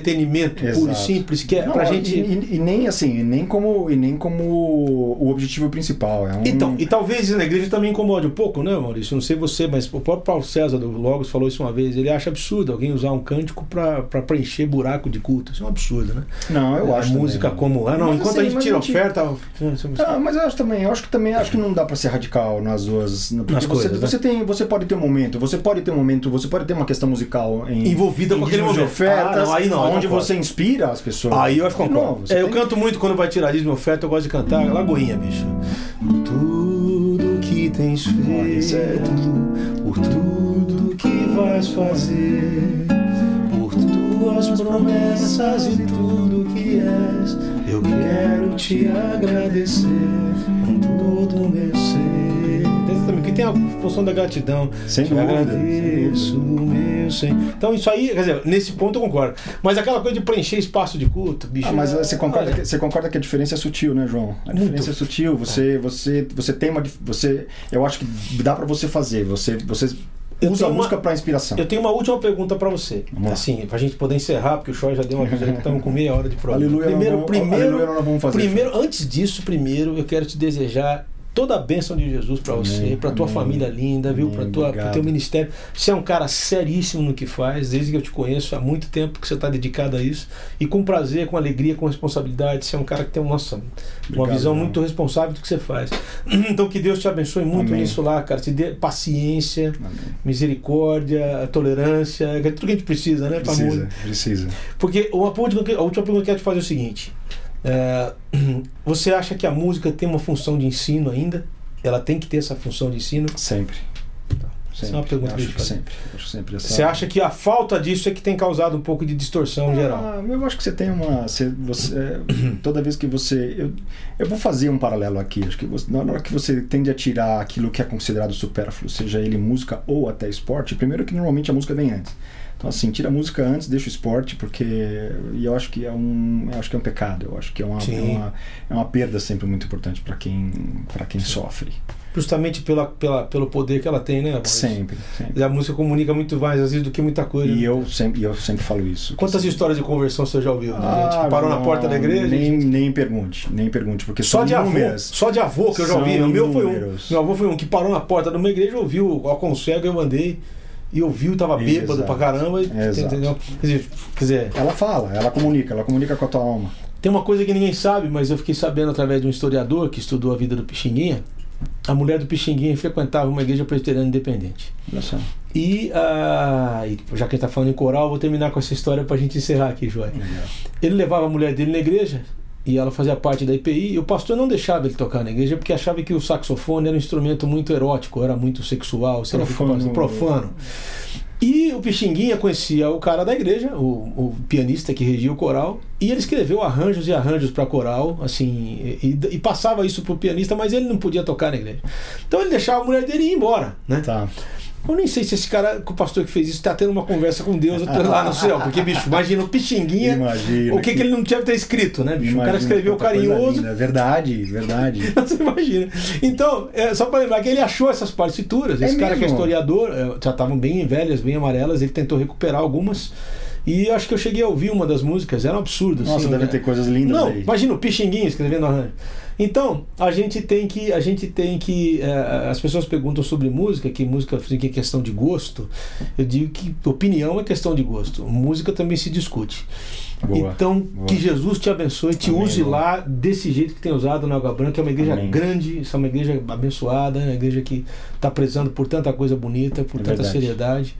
Speaker 1: entretenimento puro e
Speaker 2: Exato.
Speaker 1: simples, que é
Speaker 2: Não,
Speaker 1: pra gente.
Speaker 2: e, e- e nem assim, e nem como, e nem como o objetivo principal. É um,
Speaker 1: Então, e talvez na igreja também incomode um pouco, né, Maurício? Não sei você, mas o próprio Paulo César do Logos falou isso uma vez. Ele acha absurdo alguém usar um cântico pra pra preencher buraco de culto. Isso é um absurdo, né?
Speaker 2: não, eu
Speaker 1: a
Speaker 2: acho
Speaker 1: música
Speaker 2: também.
Speaker 1: como. Ah, não,
Speaker 2: Mas,
Speaker 1: enquanto
Speaker 2: assim,
Speaker 1: a gente
Speaker 2: mas
Speaker 1: tira
Speaker 2: a gente-
Speaker 1: oferta.
Speaker 2: Ah, mas eu acho também, eu acho que também acho que não dá pra ser radical nas duas. Porque
Speaker 1: Nas
Speaker 2: você,
Speaker 1: coisas, né?
Speaker 2: você tem, você pode ter um momento, você pode ter um momento, você pode ter uma questão musical em,
Speaker 1: Envolvida
Speaker 2: em
Speaker 1: com aquele
Speaker 2: dízimos de
Speaker 1: momento. Ah,
Speaker 2: Ofertas,
Speaker 1: não, aí não, eu
Speaker 2: onde
Speaker 1: concordo.
Speaker 2: você inspira as pessoas.
Speaker 1: Aí eu acho que
Speaker 2: De
Speaker 1: concordo.
Speaker 2: novo, você
Speaker 1: É, eu
Speaker 2: tem-
Speaker 1: canto muito quando vai tirar dízimo e oferta, eu gosto de cantar é Lagoinha, bicho. Tudo que tens
Speaker 2: Olha, isso é-
Speaker 1: feito, por tudo que vais fazer, por tuas promessas e tudo que és, eu quero te agradecer com todo o meu ser. Esse também, que tem a função da gratidão.
Speaker 2: Sem
Speaker 1: Te
Speaker 2: dúvida,
Speaker 1: agradeço, meu Senhor. Então, isso aí, quer dizer, nesse ponto eu concordo. Mas aquela coisa de preencher espaço de culto, bicho. é,
Speaker 2: Ah, mas você concorda,
Speaker 1: olha,
Speaker 2: que, você concorda que a diferença é sutil, né, João? A
Speaker 1: Muito.
Speaker 2: diferença é sutil. Você, você, você tem uma, dif- você, eu acho que dá pra você fazer. Você, você
Speaker 1: Eu
Speaker 2: usa a
Speaker 1: tenho uma-
Speaker 2: música pra inspiração.
Speaker 1: Eu tenho um uma última pergunta pra você.
Speaker 2: Vamos lá.
Speaker 1: Assim, pra gente poder encerrar, porque o Shoy já deu uma aviso aí que estamos com meia hora de prova.
Speaker 2: Aleluia,
Speaker 1: primeiro,
Speaker 2: nós vamos-
Speaker 1: primeiro,
Speaker 2: aleluia, nós vamos fazer.
Speaker 1: primeiro, antes disso, primeiro, eu quero te desejar toda a bênção de Jesus pra
Speaker 2: Amém,
Speaker 1: você, pra tua
Speaker 2: amém.
Speaker 1: família linda, viu?
Speaker 2: Amém,
Speaker 1: Para tua, pro
Speaker 2: obrigado.
Speaker 1: teu ministério. Você é um cara seríssimo no que faz, desde que eu te conheço há muito tempo que você está dedicado a isso e com prazer, com alegria, com responsabilidade. Você é um cara que tem nossa, uma
Speaker 2: Obrigado,
Speaker 1: visão
Speaker 2: irmão.
Speaker 1: muito responsável do que você faz. [clears throat] Então que Deus te abençoe muito
Speaker 2: Amém.
Speaker 1: nisso lá, cara. Te dê paciência
Speaker 2: Amém.
Speaker 1: misericórdia, tolerância, que é tudo que a gente precisa, né? pra
Speaker 2: Precisa,
Speaker 1: música.
Speaker 2: precisa.
Speaker 1: Porque uma pergunta que- a última pergunta que eu quero te fazer é o seguinte: é, [clears throat] você acha que a música tem uma função de ensino ainda? Ela tem que ter essa função de ensino?
Speaker 2: Sempre.
Speaker 1: Essa é uma
Speaker 2: Então, Sempre.
Speaker 1: pergunta
Speaker 2: Eu
Speaker 1: que eu
Speaker 2: acho
Speaker 1: te
Speaker 2: que
Speaker 1: faço.
Speaker 2: sempre. Eu Acho que sempre essa-
Speaker 1: Você acha que a falta disso é que tem causado um pouco de distorção geral?
Speaker 2: Ah, eu acho que você tem uma. Você, você- [coughs] é, toda vez que você. Eu, eu vou fazer um paralelo aqui. Acho que você- na hora que você tende a tirar aquilo que é considerado supérfluo, seja ele música ou até esporte, primeiro que normalmente a música vem antes. Então assim, tira a música antes, deixa o esporte, porque e eu acho que é um, eu acho que é um pecado, eu acho que é uma, é
Speaker 1: Sim.
Speaker 2: uma, é uma perda sempre muito importante para quem, para quem sofre.
Speaker 1: Justamente pela, pela, pelo poder que ela tem, né? Maurício?
Speaker 2: Sempre, sempre.
Speaker 1: A música comunica muito mais, às vezes, do que muita coisa. né?
Speaker 2: E eu sempre, e eu sempre falo isso.
Speaker 1: Quantas histórias de conversão você já ouviu? né, gente que parou na
Speaker 2: Ah, não,
Speaker 1: porta da igreja?
Speaker 2: Nem, nem pergunte, nem pergunte, porque
Speaker 1: Só
Speaker 2: são
Speaker 1: de avô,
Speaker 2: inúmeras.
Speaker 1: só de avô que eu já
Speaker 2: São
Speaker 1: ouvi. O meu foi um.
Speaker 2: inúmeros.
Speaker 1: Meu avô foi um que parou na porta de uma igreja, ouviu o aconselho, eu mandei. E ouviu, tava bêbado
Speaker 2: Exato.
Speaker 1: pra caramba. e-
Speaker 2: Exato.
Speaker 1: Entendeu? Quer dizer, quer dizer,
Speaker 2: Ela fala, ela comunica, ela comunica com a tua alma.
Speaker 1: tem uma coisa que ninguém sabe, mas eu fiquei sabendo através de um historiador que estudou a vida do Pixinguinha. A mulher do Pixinguinha frequentava uma igreja presbiteriana independente.
Speaker 2: Olha só.
Speaker 1: E, ah, e já que a gente tá falando em coral, eu vou terminar com essa história pra gente encerrar aqui, Joia. Ele levava a mulher dele na igreja e ela fazia parte da IPI. E o pastor não deixava ele tocar na igreja porque achava que o saxofone era um instrumento muito erótico, era muito sexual, sei lá o que que
Speaker 2: Profano.
Speaker 1: parece, profano. E o Pixinguinha conhecia o cara da igreja, o, o pianista que regia o coral, e ele escreveu arranjos e arranjos para coral, assim, e, e- e passava isso pro pianista, mas ele não podia tocar na igreja. Então ele deixava a mulher dele ir embora, né?
Speaker 2: Tá.
Speaker 1: Eu nem sei se esse cara, o pastor que fez isso, tá tendo uma conversa com Deus lá no céu. Porque, bicho, imagina o Pixinguinha. é-
Speaker 2: Imagina
Speaker 1: o que,
Speaker 2: que-
Speaker 1: que ele não deve ter escrito, né, bicho? o cara
Speaker 2: Imagina
Speaker 1: escreveu
Speaker 2: quanta coisa
Speaker 1: carinhoso.
Speaker 2: linda. Verdade, verdade.
Speaker 1: [laughs] Você imagina. Então, é, só para lembrar que ele achou essas partituras. Esse
Speaker 2: É
Speaker 1: cara que é
Speaker 2: mesmo?
Speaker 1: historiador, é, já estavam bem velhas, bem amarelas, ele tentou recuperar algumas. E eu acho que eu cheguei a ouvir uma das músicas, era um absurdo.
Speaker 2: Nossa,
Speaker 1: assim,
Speaker 2: deve
Speaker 1: né?
Speaker 2: ter coisas lindas
Speaker 1: Não,
Speaker 2: aí.
Speaker 1: imagina o Pixinguinha escrevendo arranjo. Então, a gente tem que. A gente tem que. eh, as pessoas perguntam sobre música, que música fica em questão de gosto. Eu digo que opinião é questão de gosto. Música também se discute.
Speaker 2: Boa,
Speaker 1: então,
Speaker 2: boa.
Speaker 1: que Jesus te abençoe, te
Speaker 2: Amém,
Speaker 1: use
Speaker 2: irmão.
Speaker 1: lá desse jeito que tem usado na Água Branca, que é uma igreja
Speaker 2: Amém.
Speaker 1: grande, isso é uma igreja abençoada, é uma igreja que está prezando por tanta coisa bonita, por
Speaker 2: É
Speaker 1: tanta
Speaker 2: verdade.
Speaker 1: seriedade.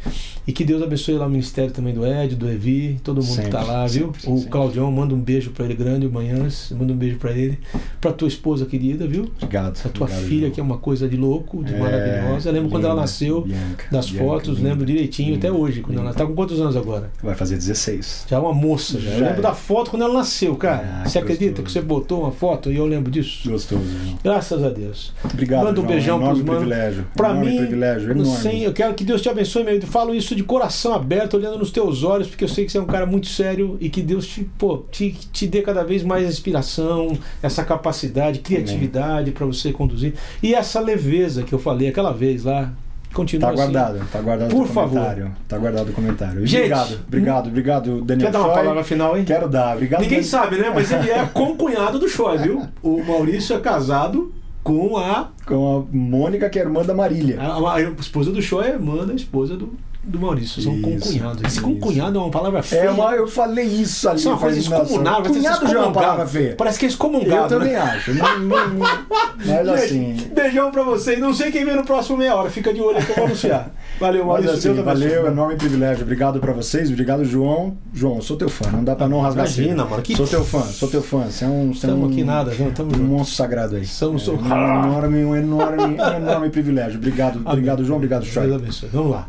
Speaker 1: E que Deus abençoe lá o ministério também do Ed, do Evi, todo mundo que tá
Speaker 2: Sempre,
Speaker 1: lá, viu?
Speaker 2: sempre,
Speaker 1: o
Speaker 2: sempre.
Speaker 1: Claudião, manda um beijo pra ele grande, o Manhãs, manda um beijo pra ele, pra tua esposa querida, viu?
Speaker 2: Obrigado.
Speaker 1: Pra tua
Speaker 2: obrigado,
Speaker 1: filha,
Speaker 2: João.
Speaker 1: que é uma coisa de louco, de
Speaker 2: É,
Speaker 1: maravilhosa. Eu lembro quando ela
Speaker 2: linda,
Speaker 1: nasceu,
Speaker 2: Bianca,
Speaker 1: das
Speaker 2: Bianca,
Speaker 1: fotos,
Speaker 2: linda,
Speaker 1: lembro direitinho
Speaker 2: linda,
Speaker 1: até hoje, quando
Speaker 2: linda.
Speaker 1: ela tá com quantos anos agora?
Speaker 2: Vai fazer 16.
Speaker 1: Já é uma moça, já. Eu
Speaker 2: Já
Speaker 1: lembro
Speaker 2: é.
Speaker 1: da foto quando ela nasceu, cara.
Speaker 2: Ah,
Speaker 1: você
Speaker 2: que
Speaker 1: acredita
Speaker 2: gostoso.
Speaker 1: que você botou uma foto e eu lembro disso?
Speaker 2: Gostoso, João.
Speaker 1: Graças a Deus.
Speaker 2: Obrigado.
Speaker 1: Manda um
Speaker 2: João. É
Speaker 1: beijão
Speaker 2: enorme
Speaker 1: pros manos.
Speaker 2: privilégio.
Speaker 1: Pra
Speaker 2: enorme
Speaker 1: mim,
Speaker 2: privilégio, enorme.
Speaker 1: Sim, eu quero que Deus te abençoe, meu. Eu falo isso de coração aberto, olhando nos teus olhos, porque eu sei que você é um cara muito sério e que Deus te, pô, te, te dê cada vez mais inspiração, essa capacidade, criatividade para você conduzir e essa leveza que eu falei aquela vez lá. continua assim.
Speaker 2: Tá guardado, tá guardado
Speaker 1: Por
Speaker 2: o comentário. Favor. Tá guardado o comentário. E
Speaker 1: Gente,
Speaker 2: obrigado, obrigado, obrigado,
Speaker 1: assim.
Speaker 2: Daniel.
Speaker 1: Quer dar uma
Speaker 2: Choi.
Speaker 1: palavra final, hein?
Speaker 2: Quero dar, obrigado.
Speaker 1: Ninguém
Speaker 2: Dan-
Speaker 1: sabe, né? Mas ele [laughs] é concunhado do Choi, viu? O Maurício é casado com a,
Speaker 2: Com a Mônica, que é irmã da Marília.
Speaker 1: a, a esposa do Choi, é a irmã da esposa do, do Maurício. São
Speaker 2: Isso,
Speaker 1: concunhados. Esse
Speaker 2: isso.
Speaker 1: concunhado é uma palavra feia.
Speaker 2: É uma, eu falei isso ali.
Speaker 1: Isso é uma
Speaker 2: eu
Speaker 1: coisa
Speaker 2: falei, nossa,
Speaker 1: excomunável. vai ser
Speaker 2: Cunhado já é uma
Speaker 1: excomungado.
Speaker 2: palavra feia.
Speaker 1: Parece que é excomungado.
Speaker 2: Eu também
Speaker 1: né?
Speaker 2: acho. Não, não, não. Mas [laughs] assim.
Speaker 1: Gente, Beijão pra vocês. Não sei quem vem no próximo meia hora. Fica de olho aí que eu vou anunciar. Valeu,
Speaker 2: Mas
Speaker 1: Maurício.
Speaker 2: assim,
Speaker 1: eu também
Speaker 2: valeu,
Speaker 1: sou.
Speaker 2: enorme privilégio. Obrigado pra vocês, obrigado, João. João, eu sou teu fã, não dá pra não rasgar
Speaker 1: Imagina,
Speaker 2: cedo.
Speaker 1: mano, que-
Speaker 2: Sou teu fã, sou teu fã. Você é um. Você é
Speaker 1: Tamo
Speaker 2: um,
Speaker 1: aqui nada, tamo- tamo
Speaker 2: um
Speaker 1: junto.
Speaker 2: monstro sagrado aí.
Speaker 1: Somos-
Speaker 2: é,
Speaker 1: somos- [laughs]
Speaker 2: um enorme, um enorme, um enorme privilégio. Obrigado, obrigado, João, obrigado, Chay.
Speaker 1: Deus abençoe. Vamos lá.